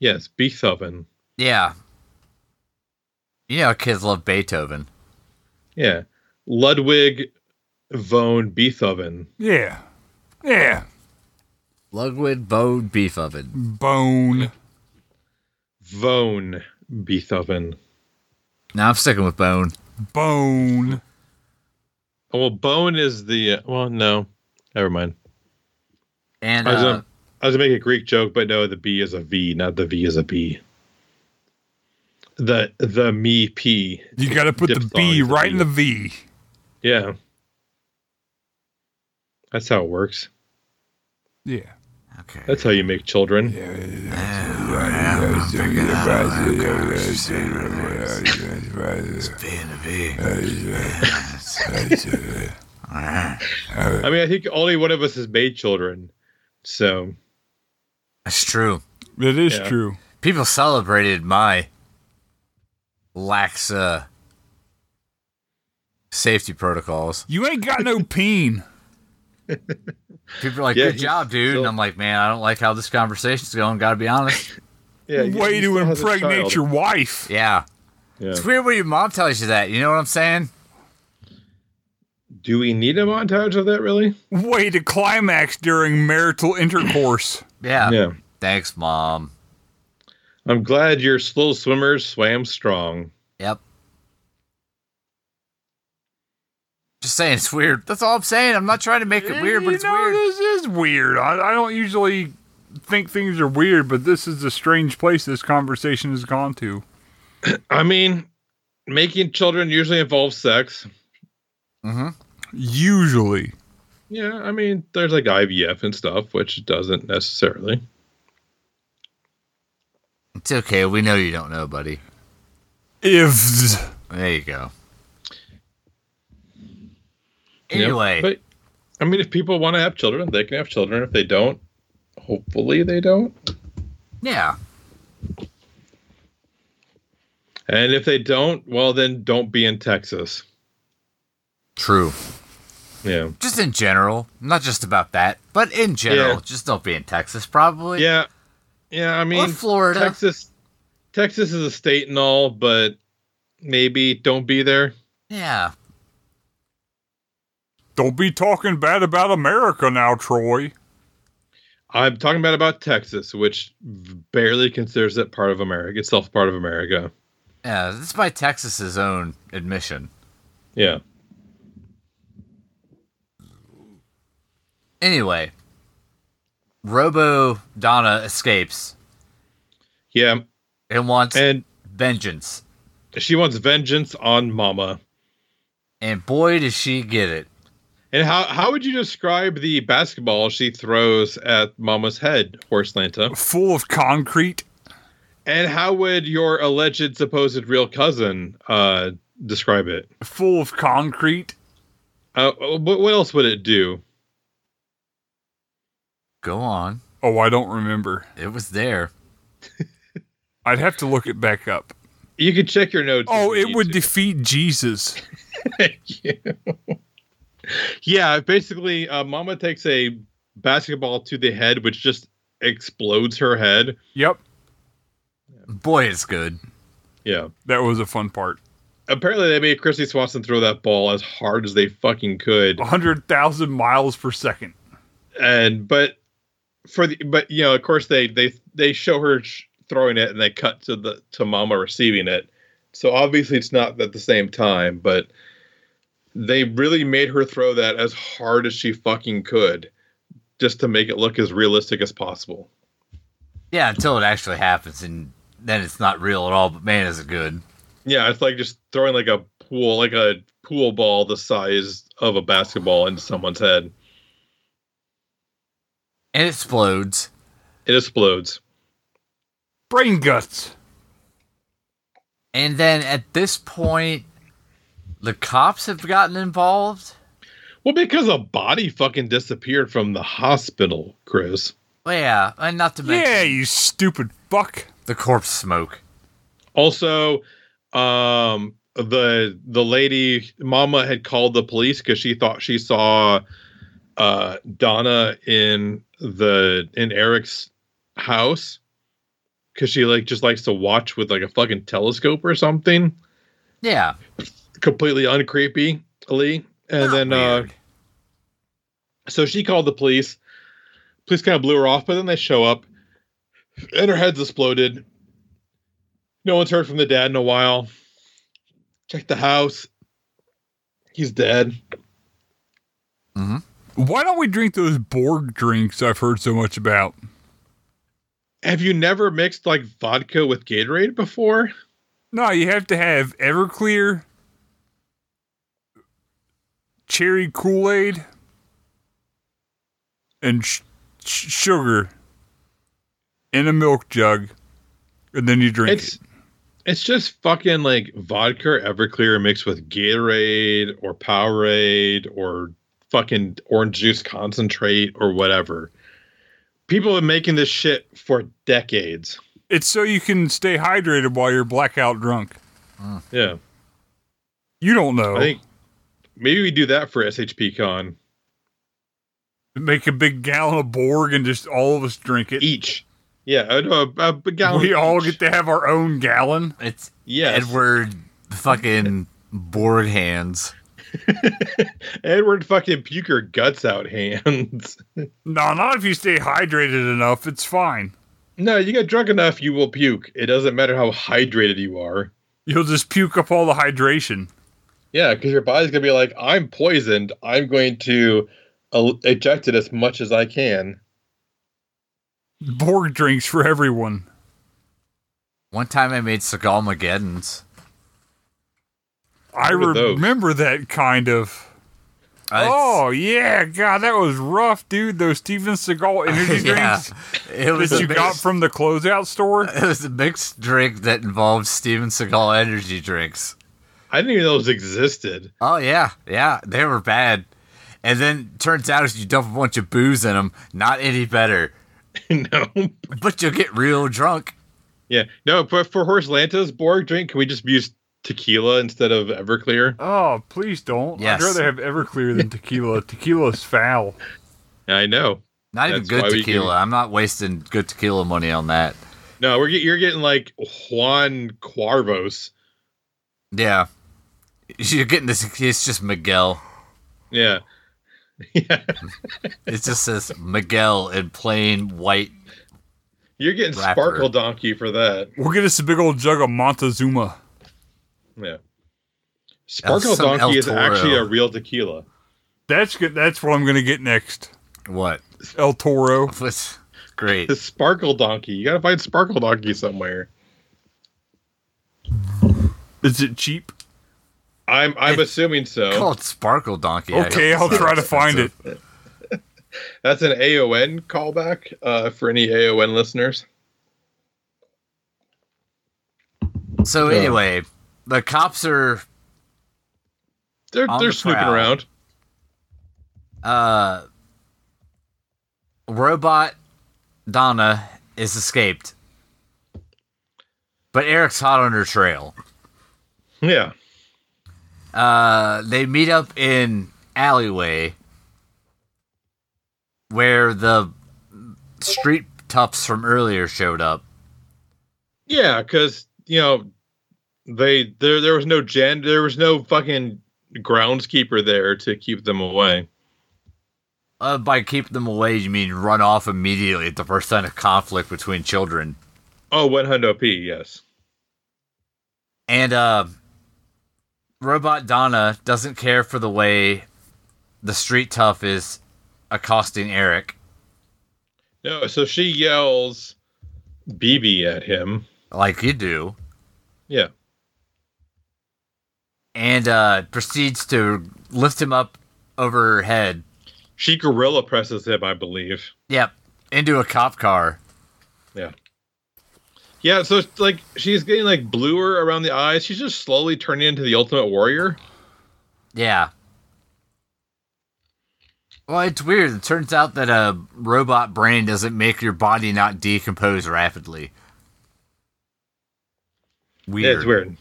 [SPEAKER 3] Yes, Beethoven.
[SPEAKER 1] Yeah. You know, kids love Beethoven.
[SPEAKER 3] Yeah, Ludwig von Beethoven.
[SPEAKER 2] Yeah. Yeah.
[SPEAKER 1] Ludwig bone beef oven.
[SPEAKER 2] Bone.
[SPEAKER 3] Von Beethoven.
[SPEAKER 1] Now I'm sticking with bone.
[SPEAKER 2] Bone.
[SPEAKER 3] Oh, well, Bone is the. uh, Well, no, never mind.
[SPEAKER 1] And
[SPEAKER 3] I
[SPEAKER 1] uh,
[SPEAKER 3] was gonna, I was gonna make a Greek joke, but no, the B is a V, not the V is a B. The the me P.
[SPEAKER 2] You got to put the
[SPEAKER 3] Diphthong
[SPEAKER 2] B
[SPEAKER 3] is a
[SPEAKER 2] right
[SPEAKER 3] B.
[SPEAKER 2] in the V.
[SPEAKER 3] Yeah, that's how it works.
[SPEAKER 2] Yeah.
[SPEAKER 1] okay.
[SPEAKER 3] That's how you make children.
[SPEAKER 1] Being a bee.
[SPEAKER 3] I mean, I think only one of us has made children, so
[SPEAKER 1] That's true.
[SPEAKER 2] That is
[SPEAKER 3] Yeah.
[SPEAKER 2] true.
[SPEAKER 1] People celebrated my lax uh, safety protocols.
[SPEAKER 2] You ain't got no peen.
[SPEAKER 1] People are like,
[SPEAKER 3] Yeah,
[SPEAKER 1] "Good
[SPEAKER 3] he's
[SPEAKER 1] job, dude,"
[SPEAKER 3] still-
[SPEAKER 1] and I'm like, "Man, I don't like how this conversation's going." Gotta be honest.
[SPEAKER 3] yeah, you-
[SPEAKER 2] Way
[SPEAKER 3] you
[SPEAKER 2] to
[SPEAKER 3] still have a
[SPEAKER 2] impregnate
[SPEAKER 3] child.
[SPEAKER 2] your wife.
[SPEAKER 1] yeah,
[SPEAKER 3] Yeah.
[SPEAKER 1] it's weird when your mom tells you that. You know what I'm saying?
[SPEAKER 3] Do we need a montage of that, really?
[SPEAKER 2] Way to climax during marital intercourse.
[SPEAKER 1] Yeah.
[SPEAKER 3] yeah.
[SPEAKER 1] Thanks, mom.
[SPEAKER 3] I'm glad your slow swimmers swam strong.
[SPEAKER 1] Yep. Just saying, it's weird. That's all I'm saying. I'm not trying to make it weird, but
[SPEAKER 2] You
[SPEAKER 1] it's
[SPEAKER 2] know,
[SPEAKER 1] weird.
[SPEAKER 2] This is weird. I, I don't usually think things are weird, but this is a strange place this conversation has gone to.
[SPEAKER 3] I mean, making children usually involves sex.
[SPEAKER 1] Mm-hmm.
[SPEAKER 2] Usually.
[SPEAKER 3] Yeah, I mean, there's like IVF and stuff, which it doesn't necessarily.
[SPEAKER 1] It's okay. We know you don't know, buddy.
[SPEAKER 2] If
[SPEAKER 1] There you go.
[SPEAKER 3] Yeah,
[SPEAKER 1] Anyway,
[SPEAKER 3] but I mean, if people want to have children, they can have children. If they don't, hopefully they don't.
[SPEAKER 1] yeah,
[SPEAKER 3] And if they don't, well, then don't be in Texas.
[SPEAKER 1] true.
[SPEAKER 3] Yeah.
[SPEAKER 1] Just in general, not just about that, but in general,
[SPEAKER 3] Yeah.
[SPEAKER 1] just don't be in Texas, probably.
[SPEAKER 3] Yeah. Yeah, I
[SPEAKER 1] or
[SPEAKER 3] mean,
[SPEAKER 1] Florida.
[SPEAKER 3] Texas Texas is a state and all, but maybe don't be there.
[SPEAKER 1] Yeah,
[SPEAKER 2] don't be talking bad about America now, Troy.
[SPEAKER 3] I'm talking about about Texas, which barely considers it part of America, itself part of America.
[SPEAKER 1] yeah. That's by Texas's own admission.
[SPEAKER 3] Yeah.
[SPEAKER 1] Anyway, Robo Donna escapes
[SPEAKER 3] Yeah.
[SPEAKER 1] and wants
[SPEAKER 3] And
[SPEAKER 1] vengeance,
[SPEAKER 3] she wants vengeance on Mama.
[SPEAKER 1] and boy, does she get it!
[SPEAKER 3] And how how would you describe the basketball she throws at Mama's head, Horse Lanta?
[SPEAKER 2] Full of concrete.
[SPEAKER 3] And how would your alleged supposed real cousin uh describe it?
[SPEAKER 2] Full of concrete.
[SPEAKER 3] Uh, what what else would it do?
[SPEAKER 1] Go on.
[SPEAKER 2] Oh, I don't remember.
[SPEAKER 1] It was there.
[SPEAKER 2] I'd have to look it back up.
[SPEAKER 3] You could check your notes. if
[SPEAKER 2] Oh,
[SPEAKER 3] you
[SPEAKER 2] it
[SPEAKER 3] need
[SPEAKER 2] would
[SPEAKER 3] to.
[SPEAKER 2] defeat Jesus.
[SPEAKER 3] Thank you. yeah, basically, uh, Mama takes a basketball to the head, which just explodes her head.
[SPEAKER 2] Yep.
[SPEAKER 1] Boy, it's good.
[SPEAKER 3] Yeah.
[SPEAKER 2] That was a fun part.
[SPEAKER 3] Apparently, they made Christy Swanson throw that ball as hard as they fucking could.
[SPEAKER 2] 100,000 miles per second.
[SPEAKER 3] And, but for the but you know of course they they they show her sh- throwing it and they cut to the to mama receiving it so obviously it's not at the same time but they really made her throw that as hard as she fucking could just to make it look as realistic as possible
[SPEAKER 1] Yeah, until it actually happens, and then it's not real at all. But man, is it good!
[SPEAKER 3] yeah it's like just throwing like a pool like a pool ball the size of a basketball into someone's head
[SPEAKER 1] And it explodes.
[SPEAKER 3] it explodes
[SPEAKER 2] Brain guts.
[SPEAKER 1] And then at this point, the cops have gotten involved.
[SPEAKER 3] well because a body fucking disappeared from the hospital chris
[SPEAKER 1] Well, yeah, and not to mention
[SPEAKER 2] Yeah, you stupid fuck.
[SPEAKER 1] the corpse smoke.
[SPEAKER 3] also um the the lady mama had called the police because she thought she saw uh donna in the in eric's house because she like just likes to watch with like a fucking telescope or something
[SPEAKER 1] Yeah,
[SPEAKER 3] completely uncreepy and then uh
[SPEAKER 1] Weird.
[SPEAKER 3] so she called the police. Police kind of blew her off, but then they show up, and her head's exploded. No one's heard from the dad in a while. Check the house. He's dead.
[SPEAKER 2] Why don't we drink those Borg drinks I've heard so much about?
[SPEAKER 3] Have you never mixed like vodka with Gatorade before?
[SPEAKER 2] No, you have to have Everclear, cherry Kool Aid, and sh- sh- sugar in a milk jug, and then you drink
[SPEAKER 3] It's
[SPEAKER 2] it.
[SPEAKER 3] it's just fucking like vodka or Everclear mixed with Gatorade or Powerade or fucking orange juice concentrate or whatever. People have been making this shit for decades.
[SPEAKER 2] It's so you can stay hydrated while you're blackout drunk.
[SPEAKER 3] Yeah.
[SPEAKER 2] You don't know.
[SPEAKER 3] I think maybe we do that for SHP Con
[SPEAKER 2] Make a big gallon of Borg and just all of us drink it.
[SPEAKER 3] each. Yeah, I know, a, a gallon.
[SPEAKER 2] we all get
[SPEAKER 3] each.
[SPEAKER 2] to have our own gallon.
[SPEAKER 1] it's
[SPEAKER 3] Yes, Edward.
[SPEAKER 1] Edward fucking board hands.
[SPEAKER 3] Edward fucking puke your guts out hands.
[SPEAKER 2] No, not if you stay hydrated enough. It's fine.
[SPEAKER 3] no, you get drunk enough, you will puke. It doesn't matter how hydrated you are.
[SPEAKER 2] You'll just puke up all the hydration.
[SPEAKER 3] Yeah, because your body's gonna be like, I'm poisoned. I'm going to el- eject it as much as I can.
[SPEAKER 2] Borg drinks for everyone.
[SPEAKER 1] One time I made Seagal
[SPEAKER 2] I
[SPEAKER 3] What are those?
[SPEAKER 2] remember that kind of. oh yeah, God, that was rough, dude. Those Steven Seagal energy
[SPEAKER 1] yeah,
[SPEAKER 2] drinks
[SPEAKER 1] it was Uh,
[SPEAKER 2] that
[SPEAKER 1] a
[SPEAKER 2] you
[SPEAKER 1] mix-
[SPEAKER 2] got from the closeout store.
[SPEAKER 1] It was a mixed drink that involved Steven Seagal energy drinks.
[SPEAKER 3] I didn't even know those existed.
[SPEAKER 1] Oh yeah, yeah, they were bad. And then turns out if you dump a bunch of booze in them, not any better.
[SPEAKER 3] no.
[SPEAKER 1] But you'll get real drunk.
[SPEAKER 3] Yeah. No, but for Horse Lanta's Borg drink, can we just use tequila instead of Everclear?
[SPEAKER 2] Oh, please don't.
[SPEAKER 1] Yes.
[SPEAKER 2] I'd rather have Everclear than tequila. Tequila's foul.
[SPEAKER 3] I know.
[SPEAKER 1] Not even
[SPEAKER 3] That's why
[SPEAKER 1] good
[SPEAKER 3] we
[SPEAKER 1] tequila.
[SPEAKER 3] can-
[SPEAKER 1] I'm not wasting good tequila money on that.
[SPEAKER 3] No, we're get, you're getting like Juan Cuervos.
[SPEAKER 1] Yeah, you're getting this. It's just Miguel.
[SPEAKER 3] Yeah. Yeah.
[SPEAKER 1] It just says Miguel in plain white.
[SPEAKER 3] You're getting
[SPEAKER 1] Rapper.
[SPEAKER 3] Sparkle Donkey for that.
[SPEAKER 2] We'll get us a big old jug of Montezuma.
[SPEAKER 3] Yeah. Sparkle
[SPEAKER 1] some El
[SPEAKER 3] Donkey is
[SPEAKER 1] Toro.
[SPEAKER 3] actually a real tequila.
[SPEAKER 2] That's good. That's what I'm gonna get next.
[SPEAKER 1] What?
[SPEAKER 2] El Toro.
[SPEAKER 1] What's great?
[SPEAKER 3] The Sparkle Donkey. You got to find Sparkle Donkey somewhere.
[SPEAKER 2] Is it cheap?
[SPEAKER 3] I'm I'm
[SPEAKER 1] It's
[SPEAKER 3] assuming so.
[SPEAKER 1] Called Sparkle Donkey. I
[SPEAKER 2] okay,
[SPEAKER 1] hope
[SPEAKER 2] I'll
[SPEAKER 1] it's not
[SPEAKER 2] try to find it.
[SPEAKER 1] expensive.
[SPEAKER 3] That's an AON callback uh, for any AON listeners.
[SPEAKER 1] So
[SPEAKER 3] Yeah.
[SPEAKER 1] anyway, the cops are
[SPEAKER 3] They're
[SPEAKER 1] On
[SPEAKER 3] they're
[SPEAKER 1] the
[SPEAKER 3] snooping
[SPEAKER 1] prowl.
[SPEAKER 3] around.
[SPEAKER 1] uh robot Donna is escaped. But Eric's hot on her trail.
[SPEAKER 3] Yeah.
[SPEAKER 1] Uh they meet up in alleyway where the street toughs from earlier showed up.
[SPEAKER 3] Yeah, because you know they there there was no gen there was no fucking groundskeeper there to keep them away.
[SPEAKER 1] Uh, by keep them away, you mean run off immediately at the first sign of conflict between children.
[SPEAKER 3] Oh, one hundo p. Yes.
[SPEAKER 1] And uh, Robot Donna doesn't care for the way the street tough is accosting Eric.
[SPEAKER 3] No. So she yells BB at him.
[SPEAKER 1] like you do,
[SPEAKER 3] Yeah.
[SPEAKER 1] and uh, proceeds to lift him up over her head.
[SPEAKER 3] She gorilla presses him, I believe.
[SPEAKER 1] Yep, into a cop car.
[SPEAKER 3] Yeah, so it's like she's getting like bluer around the eyes. She's just slowly turning into the ultimate warrior.
[SPEAKER 1] Yeah. Well, it's weird. It turns out that a robot brain doesn't make your body not decompose rapidly. Weird.
[SPEAKER 3] Yeah, it's weird.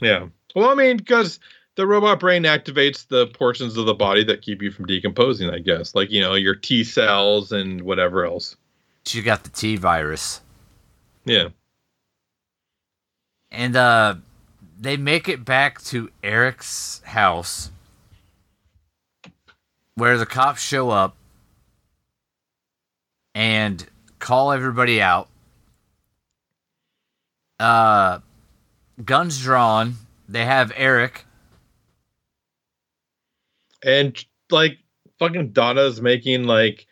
[SPEAKER 3] Yeah. Well, I mean, because the robot brain activates the portions of the body that keep you from decomposing, I guess. Like, you know, your T cells and whatever else.
[SPEAKER 1] She got the T virus.
[SPEAKER 3] Yeah.
[SPEAKER 1] And uh they make it back to Eric's house where the cops show up and call everybody out. Uh guns drawn, they have Eric.
[SPEAKER 3] And like fucking Donna's making like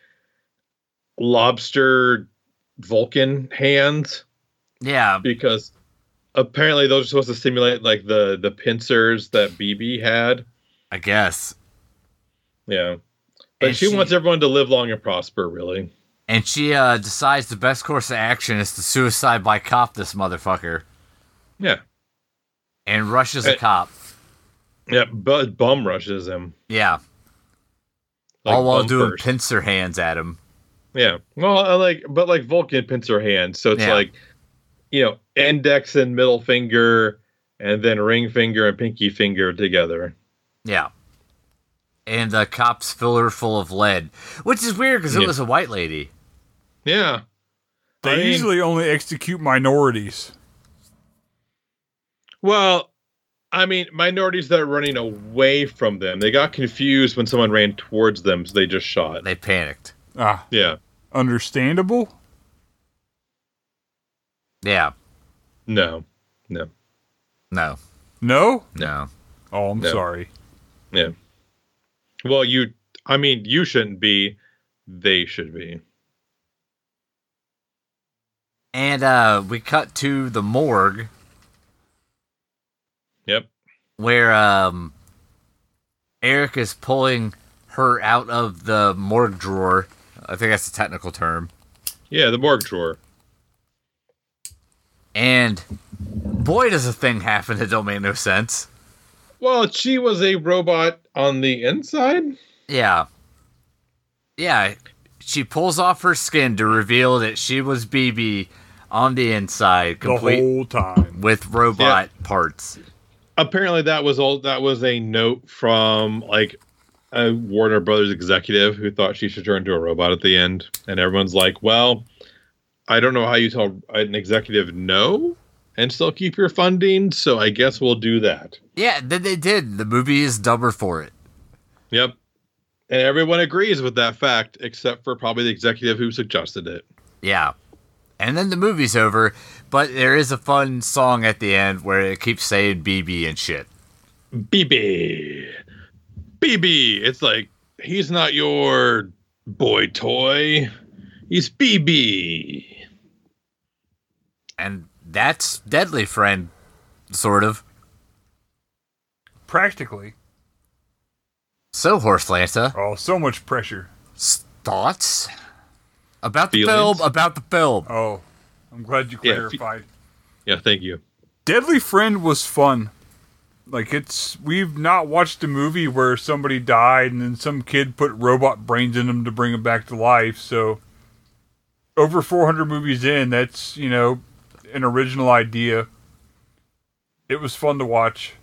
[SPEAKER 3] lobster Vulcan hands.
[SPEAKER 1] Yeah,
[SPEAKER 3] because apparently those are supposed to simulate like the the pincers that BB had.
[SPEAKER 1] I guess.
[SPEAKER 3] Yeah, but
[SPEAKER 1] And
[SPEAKER 3] she,
[SPEAKER 1] she-
[SPEAKER 3] wants everyone to live long and prosper. Really,
[SPEAKER 1] And she uh decides the best course of action is to suicide by cop this motherfucker
[SPEAKER 3] yeah,
[SPEAKER 1] and rushes a
[SPEAKER 3] Hey.
[SPEAKER 1] cop.
[SPEAKER 3] yeah. But bum rushes him.
[SPEAKER 1] Yeah.
[SPEAKER 3] Like,
[SPEAKER 1] all while
[SPEAKER 3] bum
[SPEAKER 1] doing
[SPEAKER 3] first.
[SPEAKER 1] pincer hands at him.
[SPEAKER 3] yeah. Well, I like but like Vulcan pincer hands, so it's
[SPEAKER 1] Yeah.
[SPEAKER 3] like you know index and middle finger, and then ring finger and pinky finger together.
[SPEAKER 1] Yeah. And the cops fill her full of lead, which is weird because it
[SPEAKER 3] Yeah.
[SPEAKER 1] was a white lady.
[SPEAKER 3] Yeah.
[SPEAKER 2] They
[SPEAKER 3] I mean-
[SPEAKER 2] usually only execute minorities.
[SPEAKER 3] Well, I mean, minorities that are running away from them. They got confused when someone ran towards them, so they just shot.
[SPEAKER 1] They panicked.
[SPEAKER 2] Ah,
[SPEAKER 3] Yeah.
[SPEAKER 2] understandable.
[SPEAKER 1] Yeah.
[SPEAKER 3] No. No.
[SPEAKER 1] No.
[SPEAKER 2] No.
[SPEAKER 1] No.
[SPEAKER 2] Oh, I'm
[SPEAKER 3] No.
[SPEAKER 2] sorry.
[SPEAKER 3] Yeah. Well, you I mean, you shouldn't be. They should be.
[SPEAKER 1] And uh, we cut to the morgue
[SPEAKER 3] Yep.
[SPEAKER 1] where um, Eric is pulling her out of the morgue drawer. I think that's the technical term.
[SPEAKER 3] Yeah, the morgue drawer.
[SPEAKER 1] And boy, does a thing happen that don't make no sense.
[SPEAKER 3] Well, she was a robot on the inside.
[SPEAKER 1] Yeah. Yeah. She pulls off her skin to reveal that she was BB on the inside, complete
[SPEAKER 2] The whole time.
[SPEAKER 1] with robot parts.
[SPEAKER 3] Apparently that was all that was a note from like a Warner Brothers executive who thought she should turn into a robot at the end. And everyone's like, Well, I don't know how you tell an executive no and still keep your funding, so I guess we'll do that.
[SPEAKER 1] Yeah, then they did. The movie is dumber for it.
[SPEAKER 3] Yep. And everyone agrees with that fact, except for probably the executive who suggested it.
[SPEAKER 1] Yeah. And then the movie's over, but there is a fun song at the end where it keeps saying BB and shit.
[SPEAKER 3] BB. BB. It's like, he's not your boy toy. He's BB.
[SPEAKER 1] And that's Deadly Friend, sort of.
[SPEAKER 2] Practically.
[SPEAKER 1] So, Horse Lanta,
[SPEAKER 2] Oh, so much pressure.
[SPEAKER 1] s- thoughts? About the
[SPEAKER 3] Feelings?
[SPEAKER 1] film, about the film.
[SPEAKER 2] Oh, I'm glad you
[SPEAKER 3] Yeah, if you-
[SPEAKER 2] clarified.
[SPEAKER 3] Yeah, thank you.
[SPEAKER 2] Deadly Friend was fun. Like it's we've not watched a movie where somebody died and then some kid put robot brains in them to bring them back to life. So over 400 movies in, that's, you know, an original idea. It was fun to watch.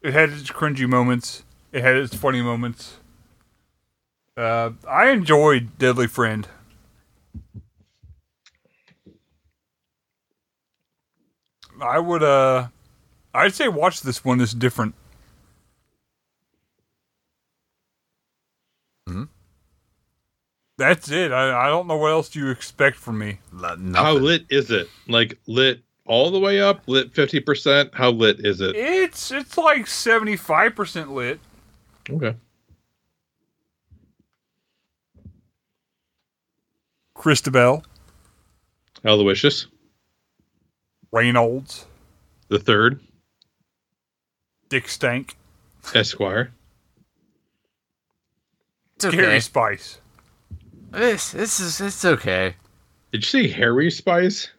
[SPEAKER 2] It had its cringy moments. It had its funny moments. Uh, I enjoyed Deadly Friend. I would uh I'd say watch this one is different.
[SPEAKER 3] Mm-hmm.
[SPEAKER 2] That's it. I, I don't know what else you expect from me.
[SPEAKER 1] L-
[SPEAKER 3] How
[SPEAKER 1] nothing.
[SPEAKER 3] lit is it? Like lit all the way up, lit 50%. How lit is it?
[SPEAKER 2] It's it's like seventy five percent lit.
[SPEAKER 3] Okay.
[SPEAKER 2] Christabel
[SPEAKER 3] Aloysius,
[SPEAKER 2] Reynolds
[SPEAKER 3] the third,
[SPEAKER 2] Dick Stank
[SPEAKER 3] Esquire.
[SPEAKER 1] It's okay.
[SPEAKER 2] Gary Spice.
[SPEAKER 1] This this is it's okay.
[SPEAKER 3] Did you see Harry Spice?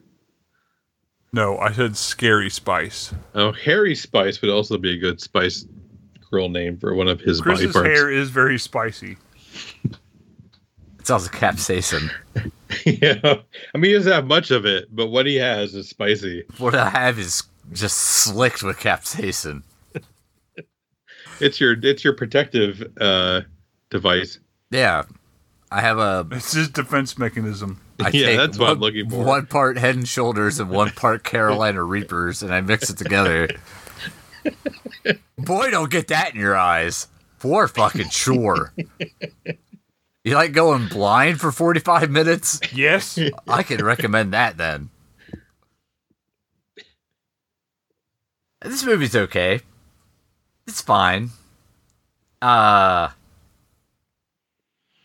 [SPEAKER 2] No, I said Scary Spice.
[SPEAKER 3] Oh, Harry Spice would also be a good spice girl name for one of his body
[SPEAKER 2] Chris's
[SPEAKER 3] parts.
[SPEAKER 2] hair is very spicy.
[SPEAKER 1] It's also capsaicin.
[SPEAKER 3] yeah. I mean, he doesn't have much of it, but what he has is spicy.
[SPEAKER 1] what I have is just slicked with capsaicin.
[SPEAKER 3] It's your it's your protective uh device.
[SPEAKER 1] Yeah, I have a.
[SPEAKER 2] It's his defense mechanism.
[SPEAKER 1] I
[SPEAKER 3] Yeah,
[SPEAKER 1] take
[SPEAKER 3] that's what
[SPEAKER 1] one,
[SPEAKER 3] I'm looking for.
[SPEAKER 1] One part Head and Shoulders and one part Carolina Reapers, and I mix it together. Boy, don't get that in your eyes. For fucking sure. You like going blind for 45 minutes?
[SPEAKER 2] Yes.
[SPEAKER 1] I can recommend that then. This movie's okay. It's fine. Uh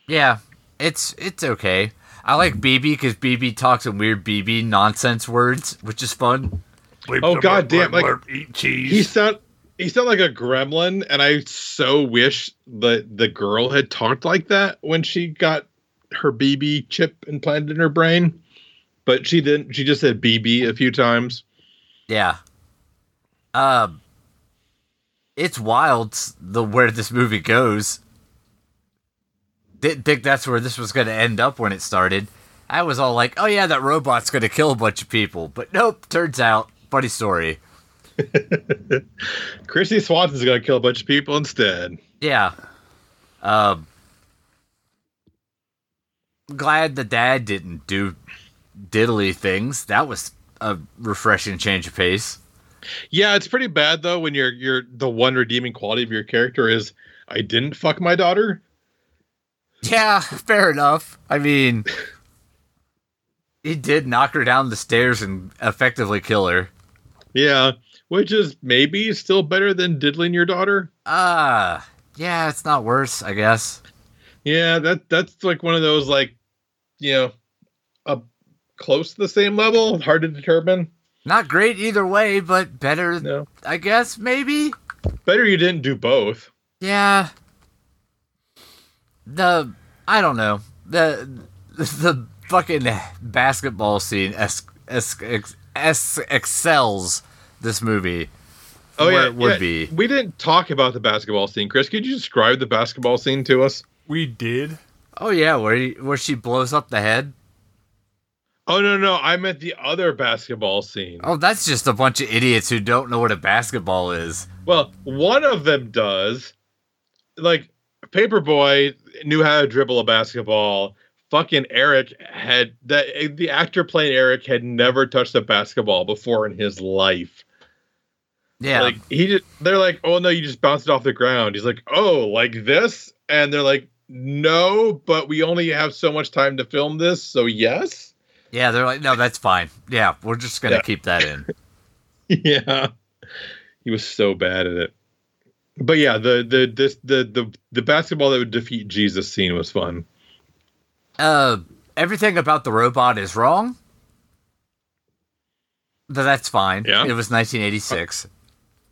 [SPEAKER 1] Yeah, it's it's okay. I like BB cuz BB talks in weird BB nonsense words, which is fun.
[SPEAKER 2] Bleep,
[SPEAKER 3] Oh,
[SPEAKER 2] blurp,
[SPEAKER 3] goddamn,
[SPEAKER 2] blurp,
[SPEAKER 3] like-
[SPEAKER 2] blurp, eat cheese.
[SPEAKER 3] He sound he sound like a gremlin, and I so wish that the girl had talked like that when she got her BB chip implanted in her brain. But she didn't. She just said BB a few times.
[SPEAKER 1] Yeah. Um It's wild the where this movie goes. Didn't think that's where this was going to end up when it started. I was all like, "Oh yeah, that robot's going to kill a bunch of people." But nope, turns out funny story.
[SPEAKER 3] Chrissy Swanson's gonna kill a bunch of people instead.
[SPEAKER 1] Yeah. Um glad the dad didn't do diddly things. That was a refreshing change of pace.
[SPEAKER 3] Yeah, it's pretty bad though when you're you're the one redeeming quality of your character is I didn't fuck my daughter.
[SPEAKER 1] Yeah, fair enough. I mean, he did knock her down the stairs and effectively kill her.
[SPEAKER 3] Yeah, which is maybe still better than diddling your daughter.
[SPEAKER 1] Uh, yeah, it's not worse, I guess.
[SPEAKER 3] Yeah, that that's like one of those like, you know, up close to the same level, hard to determine.
[SPEAKER 1] Not great either way, but better,
[SPEAKER 3] No,
[SPEAKER 1] I guess, maybe?
[SPEAKER 3] better you didn't do both.
[SPEAKER 1] Yeah. The, I don't know. The, the fucking basketball scene es, es, ex, es, excels this movie.
[SPEAKER 3] Oh
[SPEAKER 1] where
[SPEAKER 3] yeah,
[SPEAKER 1] it would
[SPEAKER 3] yeah,
[SPEAKER 1] be.
[SPEAKER 3] We didn't talk about the basketball scene, Chris. Could you describe the basketball scene to us?
[SPEAKER 2] we did.
[SPEAKER 1] Oh, yeah, where, he, where she blows up the head.
[SPEAKER 3] Oh no, no, I meant the other basketball scene.
[SPEAKER 1] Oh, that's just a bunch of idiots who don't know what a basketball is.
[SPEAKER 3] Well, one of them does. Like Paperboy knew how to dribble a basketball. Fucking Eric had that the actor playing Eric had never touched a basketball before in his life.
[SPEAKER 1] Yeah.
[SPEAKER 3] Like he just they're like, "Oh no, you just bounced it off the ground." He's like, "Oh, like this?" And they're like, "No, but we only have so much time to film this, so yes."
[SPEAKER 1] yeah, they're like, no, that's fine. Yeah, we're just going to
[SPEAKER 3] Yeah.
[SPEAKER 1] keep that in.
[SPEAKER 3] yeah. He was so bad at it. But yeah, the the this the the the basketball that would defeat Jesus scene was fun.
[SPEAKER 1] Uh, everything about the robot is wrong. But that's fine.
[SPEAKER 3] Yeah.
[SPEAKER 1] It was 1986.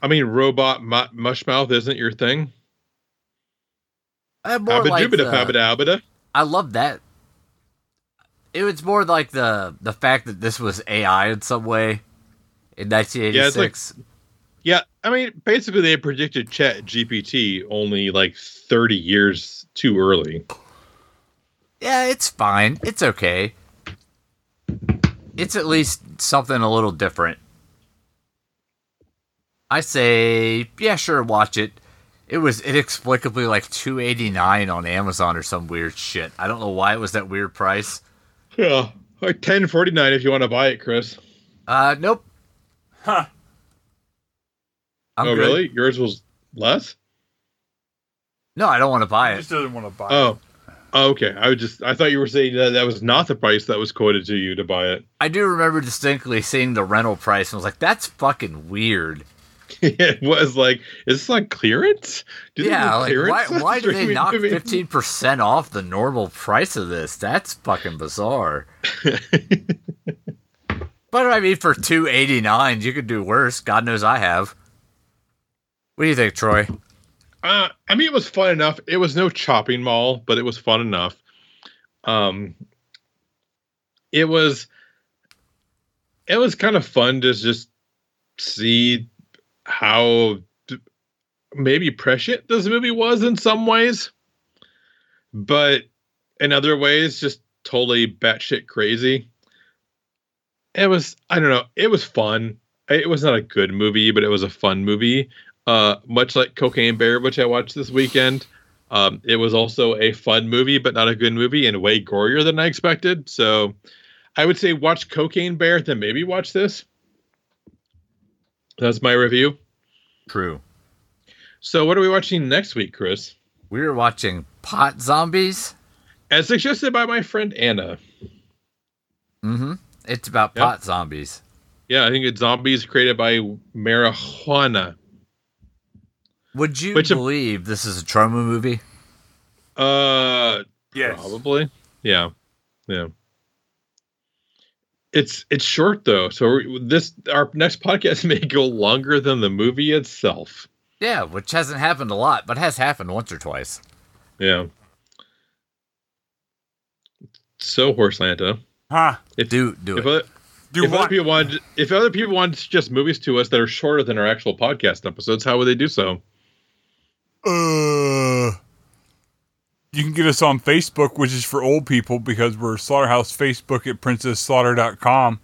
[SPEAKER 3] I mean, robot mu- mushmouth isn't your thing.
[SPEAKER 1] Uh, more like
[SPEAKER 3] Abadubada,
[SPEAKER 1] the,
[SPEAKER 3] abada, abada.
[SPEAKER 1] I love that. It was more like the the fact that this was AI in some way in 1986.
[SPEAKER 3] Yeah, I mean, basically, they predicted Chat GPT only like 30 years too early.
[SPEAKER 1] yeah, it's fine. It's okay. It's at least something a little different. I say, yeah, sure, watch it. It was inexplicably like 289 on Amazon or some weird shit. I don't know why it was that weird price.
[SPEAKER 3] Yeah, like 1049 if you want to buy it, Chris.
[SPEAKER 1] Uh, nope.
[SPEAKER 2] Huh.
[SPEAKER 1] I'm
[SPEAKER 3] oh,
[SPEAKER 1] good.
[SPEAKER 3] really? Yours was less?
[SPEAKER 1] No, I don't want to buy
[SPEAKER 2] He
[SPEAKER 1] it.
[SPEAKER 2] just doesn't want to buy. it.
[SPEAKER 3] Oh, Okay, I would just I thought you were saying that that was not the price that was quoted to you to buy it.
[SPEAKER 1] I do remember distinctly seeing the rental price and was like, that's fucking weird.
[SPEAKER 3] it was like, is this like clearance? Do they
[SPEAKER 1] yeah,
[SPEAKER 3] do
[SPEAKER 1] like, why,
[SPEAKER 3] clearance on
[SPEAKER 1] why did they
[SPEAKER 3] streaming
[SPEAKER 1] knock
[SPEAKER 3] movies?
[SPEAKER 1] 15% off the normal price of this? That's fucking bizarre. but I mean, for 289 you could do worse. God knows I have. What do you think, Troy?
[SPEAKER 3] Uh, I mean, it was fun enough. It was no chopping mall, but it was fun enough. Um, it was, it was kind of fun to just see how d- maybe prescient this movie was in some ways, but in other ways, just totally batshit crazy. It was, I don't know, it was fun. It was not a good movie, but it was a fun movie uh, much like Cocaine Bear, which I watched this weekend. Um, it was also a fun movie, but not a good movie, and way gorier than I expected. So, I would say watch Cocaine Bear, then maybe watch this. That's my review.
[SPEAKER 1] True.
[SPEAKER 3] So, what are we watching next week, Chris?
[SPEAKER 1] We were watching Pot Zombies.
[SPEAKER 3] As suggested by my friend Anna.
[SPEAKER 1] Mm hmm. It's about
[SPEAKER 3] Yep.
[SPEAKER 1] pot zombies.
[SPEAKER 3] Yeah, I think it's zombies created by marijuana.
[SPEAKER 1] Would you
[SPEAKER 3] Which a-
[SPEAKER 1] believe this is a trauma movie?
[SPEAKER 3] Uh,
[SPEAKER 2] Yes.
[SPEAKER 3] Probably. Yeah. Yeah. It's it's short though, so we- this our next podcast may go longer than the movie itself.
[SPEAKER 1] Yeah, which hasn't happened a lot, but has happened once or twice.
[SPEAKER 3] Yeah. So Horselanta,
[SPEAKER 2] Huh?
[SPEAKER 1] Do do
[SPEAKER 3] if
[SPEAKER 1] it.
[SPEAKER 3] other,
[SPEAKER 2] Do
[SPEAKER 3] if other
[SPEAKER 2] what?
[SPEAKER 3] people wanted if other people wanted to suggest movies to us that are shorter than our actual podcast episodes, how would they do so?
[SPEAKER 2] Uh, you can get us on Facebook, which is for old people because we're Slaughterhouse Facebook at princessslaughter.com.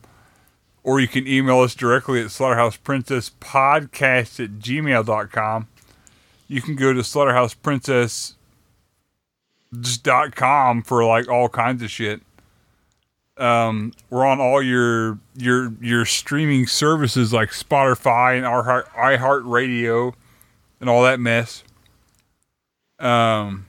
[SPEAKER 2] Or you can email us directly at slaughterhouseprincesspodcast at gmail.com. You can go to slaughterhouseprincess.com for like all kinds of shit. Um, we're on all your your your streaming services like Spotify and our iHeartRadio and all that mess. Um,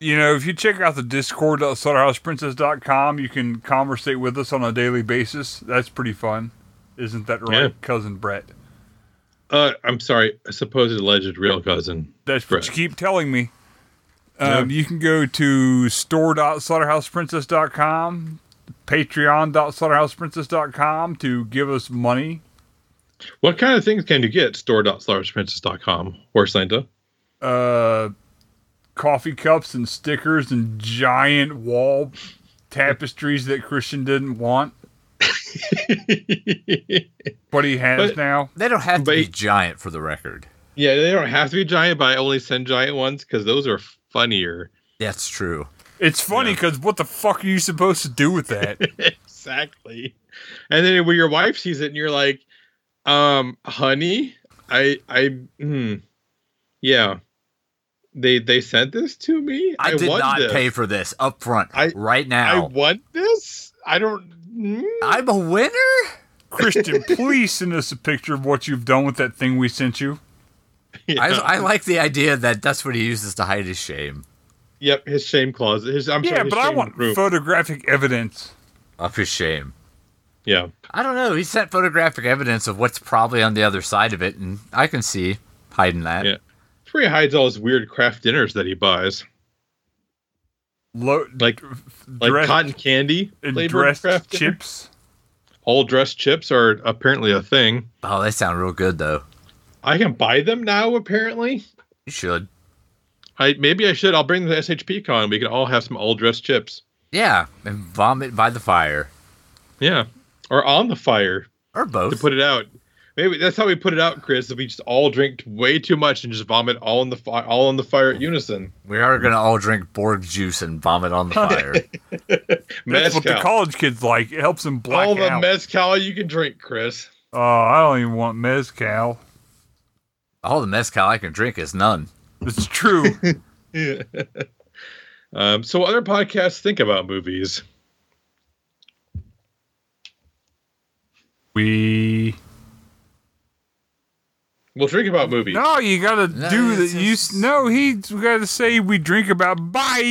[SPEAKER 2] you know, if you check out the Discord at slaughterhouseprincess.com, you can conversate with us on a daily basis. That's pretty fun. Isn't that right,
[SPEAKER 3] Yeah.
[SPEAKER 2] cousin Brett?
[SPEAKER 3] Uh, I'm sorry, a supposed alleged real cousin.
[SPEAKER 2] That's
[SPEAKER 3] Brett.
[SPEAKER 2] what you keep telling me. Um, You can go to store.slaughterhouseprincess.com, patreon.slaughterhouseprincess.com to give us money.
[SPEAKER 3] What kind of things can you get? Store.slarsprincess.com, Horselanta.
[SPEAKER 2] uh, coffee cups and stickers and giant wall tapestries that Christian didn't want, but he has
[SPEAKER 3] But-
[SPEAKER 2] now.
[SPEAKER 1] They don't have to be
[SPEAKER 3] Wait.
[SPEAKER 1] giant for the record.
[SPEAKER 3] Yeah, they don't have to be giant, but I only send giant ones because those are funnier.
[SPEAKER 1] That's true.
[SPEAKER 2] It's funny because what the fuck are you supposed to do with that?
[SPEAKER 3] exactly. And then when your wife sees it, and you're like, um, "Honey, I, I, hmm, yeah, they they sent this to me.
[SPEAKER 1] I, did
[SPEAKER 3] want
[SPEAKER 1] not
[SPEAKER 3] this.
[SPEAKER 1] pay for this up front
[SPEAKER 3] I-
[SPEAKER 1] right
[SPEAKER 3] I
[SPEAKER 1] now.
[SPEAKER 3] want this. I don't. mm."
[SPEAKER 1] I, am a winner?
[SPEAKER 2] Christian, please send us a picture of what you've done with that thing we sent you.
[SPEAKER 1] I,
[SPEAKER 3] Yeah.
[SPEAKER 1] I like the idea that that's what he uses to hide his shame.
[SPEAKER 3] yep, his shame closet. His, I'm sorry,
[SPEAKER 2] yeah,
[SPEAKER 3] his
[SPEAKER 2] but I
[SPEAKER 3] shame
[SPEAKER 2] want
[SPEAKER 3] room.
[SPEAKER 2] photographic evidence.
[SPEAKER 1] Of his shame.
[SPEAKER 3] yeah,
[SPEAKER 1] I don't know. He sent photographic evidence of what's probably on the other side of it, and I can see hiding that.
[SPEAKER 3] Yeah. it's where he hides all his weird craft dinners that he buys,
[SPEAKER 2] Lo-
[SPEAKER 3] like like
[SPEAKER 2] dressed-
[SPEAKER 3] cotton candy
[SPEAKER 2] and
[SPEAKER 3] flavored
[SPEAKER 2] dressed
[SPEAKER 3] Kraft dinner.
[SPEAKER 2] chips.
[SPEAKER 3] All dressed chips are apparently a thing.
[SPEAKER 1] Oh, they sound real good, though.
[SPEAKER 3] I can buy them now. Apparently,
[SPEAKER 1] You should.
[SPEAKER 3] I maybe I should. I'll bring the SHP con. We can all have some all dressed chips.
[SPEAKER 1] Yeah, and vomit by the fire.
[SPEAKER 3] Yeah, or on the fire
[SPEAKER 1] Or
[SPEAKER 3] to
[SPEAKER 1] both.
[SPEAKER 3] put it out. Maybe that's how we put it out, Chris. If we just all drink way too much and just vomit all in the fi- all on the fire at unison.
[SPEAKER 1] we are going to all drink Borg juice and vomit on the fire.
[SPEAKER 2] That's what the
[SPEAKER 3] Mezcal.
[SPEAKER 2] college kids like. It helps them black
[SPEAKER 3] all the
[SPEAKER 2] out.
[SPEAKER 3] mezcal you can drink, Chris.
[SPEAKER 2] oh, I don't even want mezcal.
[SPEAKER 1] all the mezcal I can drink is none.
[SPEAKER 2] It's true.
[SPEAKER 3] Um, so other podcasts think about movies.
[SPEAKER 2] we
[SPEAKER 3] We'll drink about movies.
[SPEAKER 2] No, you gotta
[SPEAKER 1] No,
[SPEAKER 2] do the
[SPEAKER 1] it's-
[SPEAKER 2] you.
[SPEAKER 1] it's-
[SPEAKER 2] No, he we gotta say we drink about bye.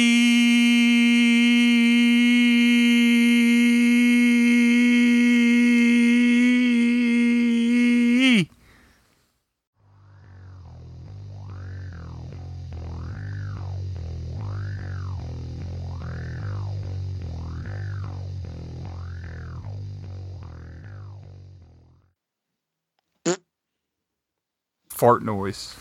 [SPEAKER 2] Fart noise.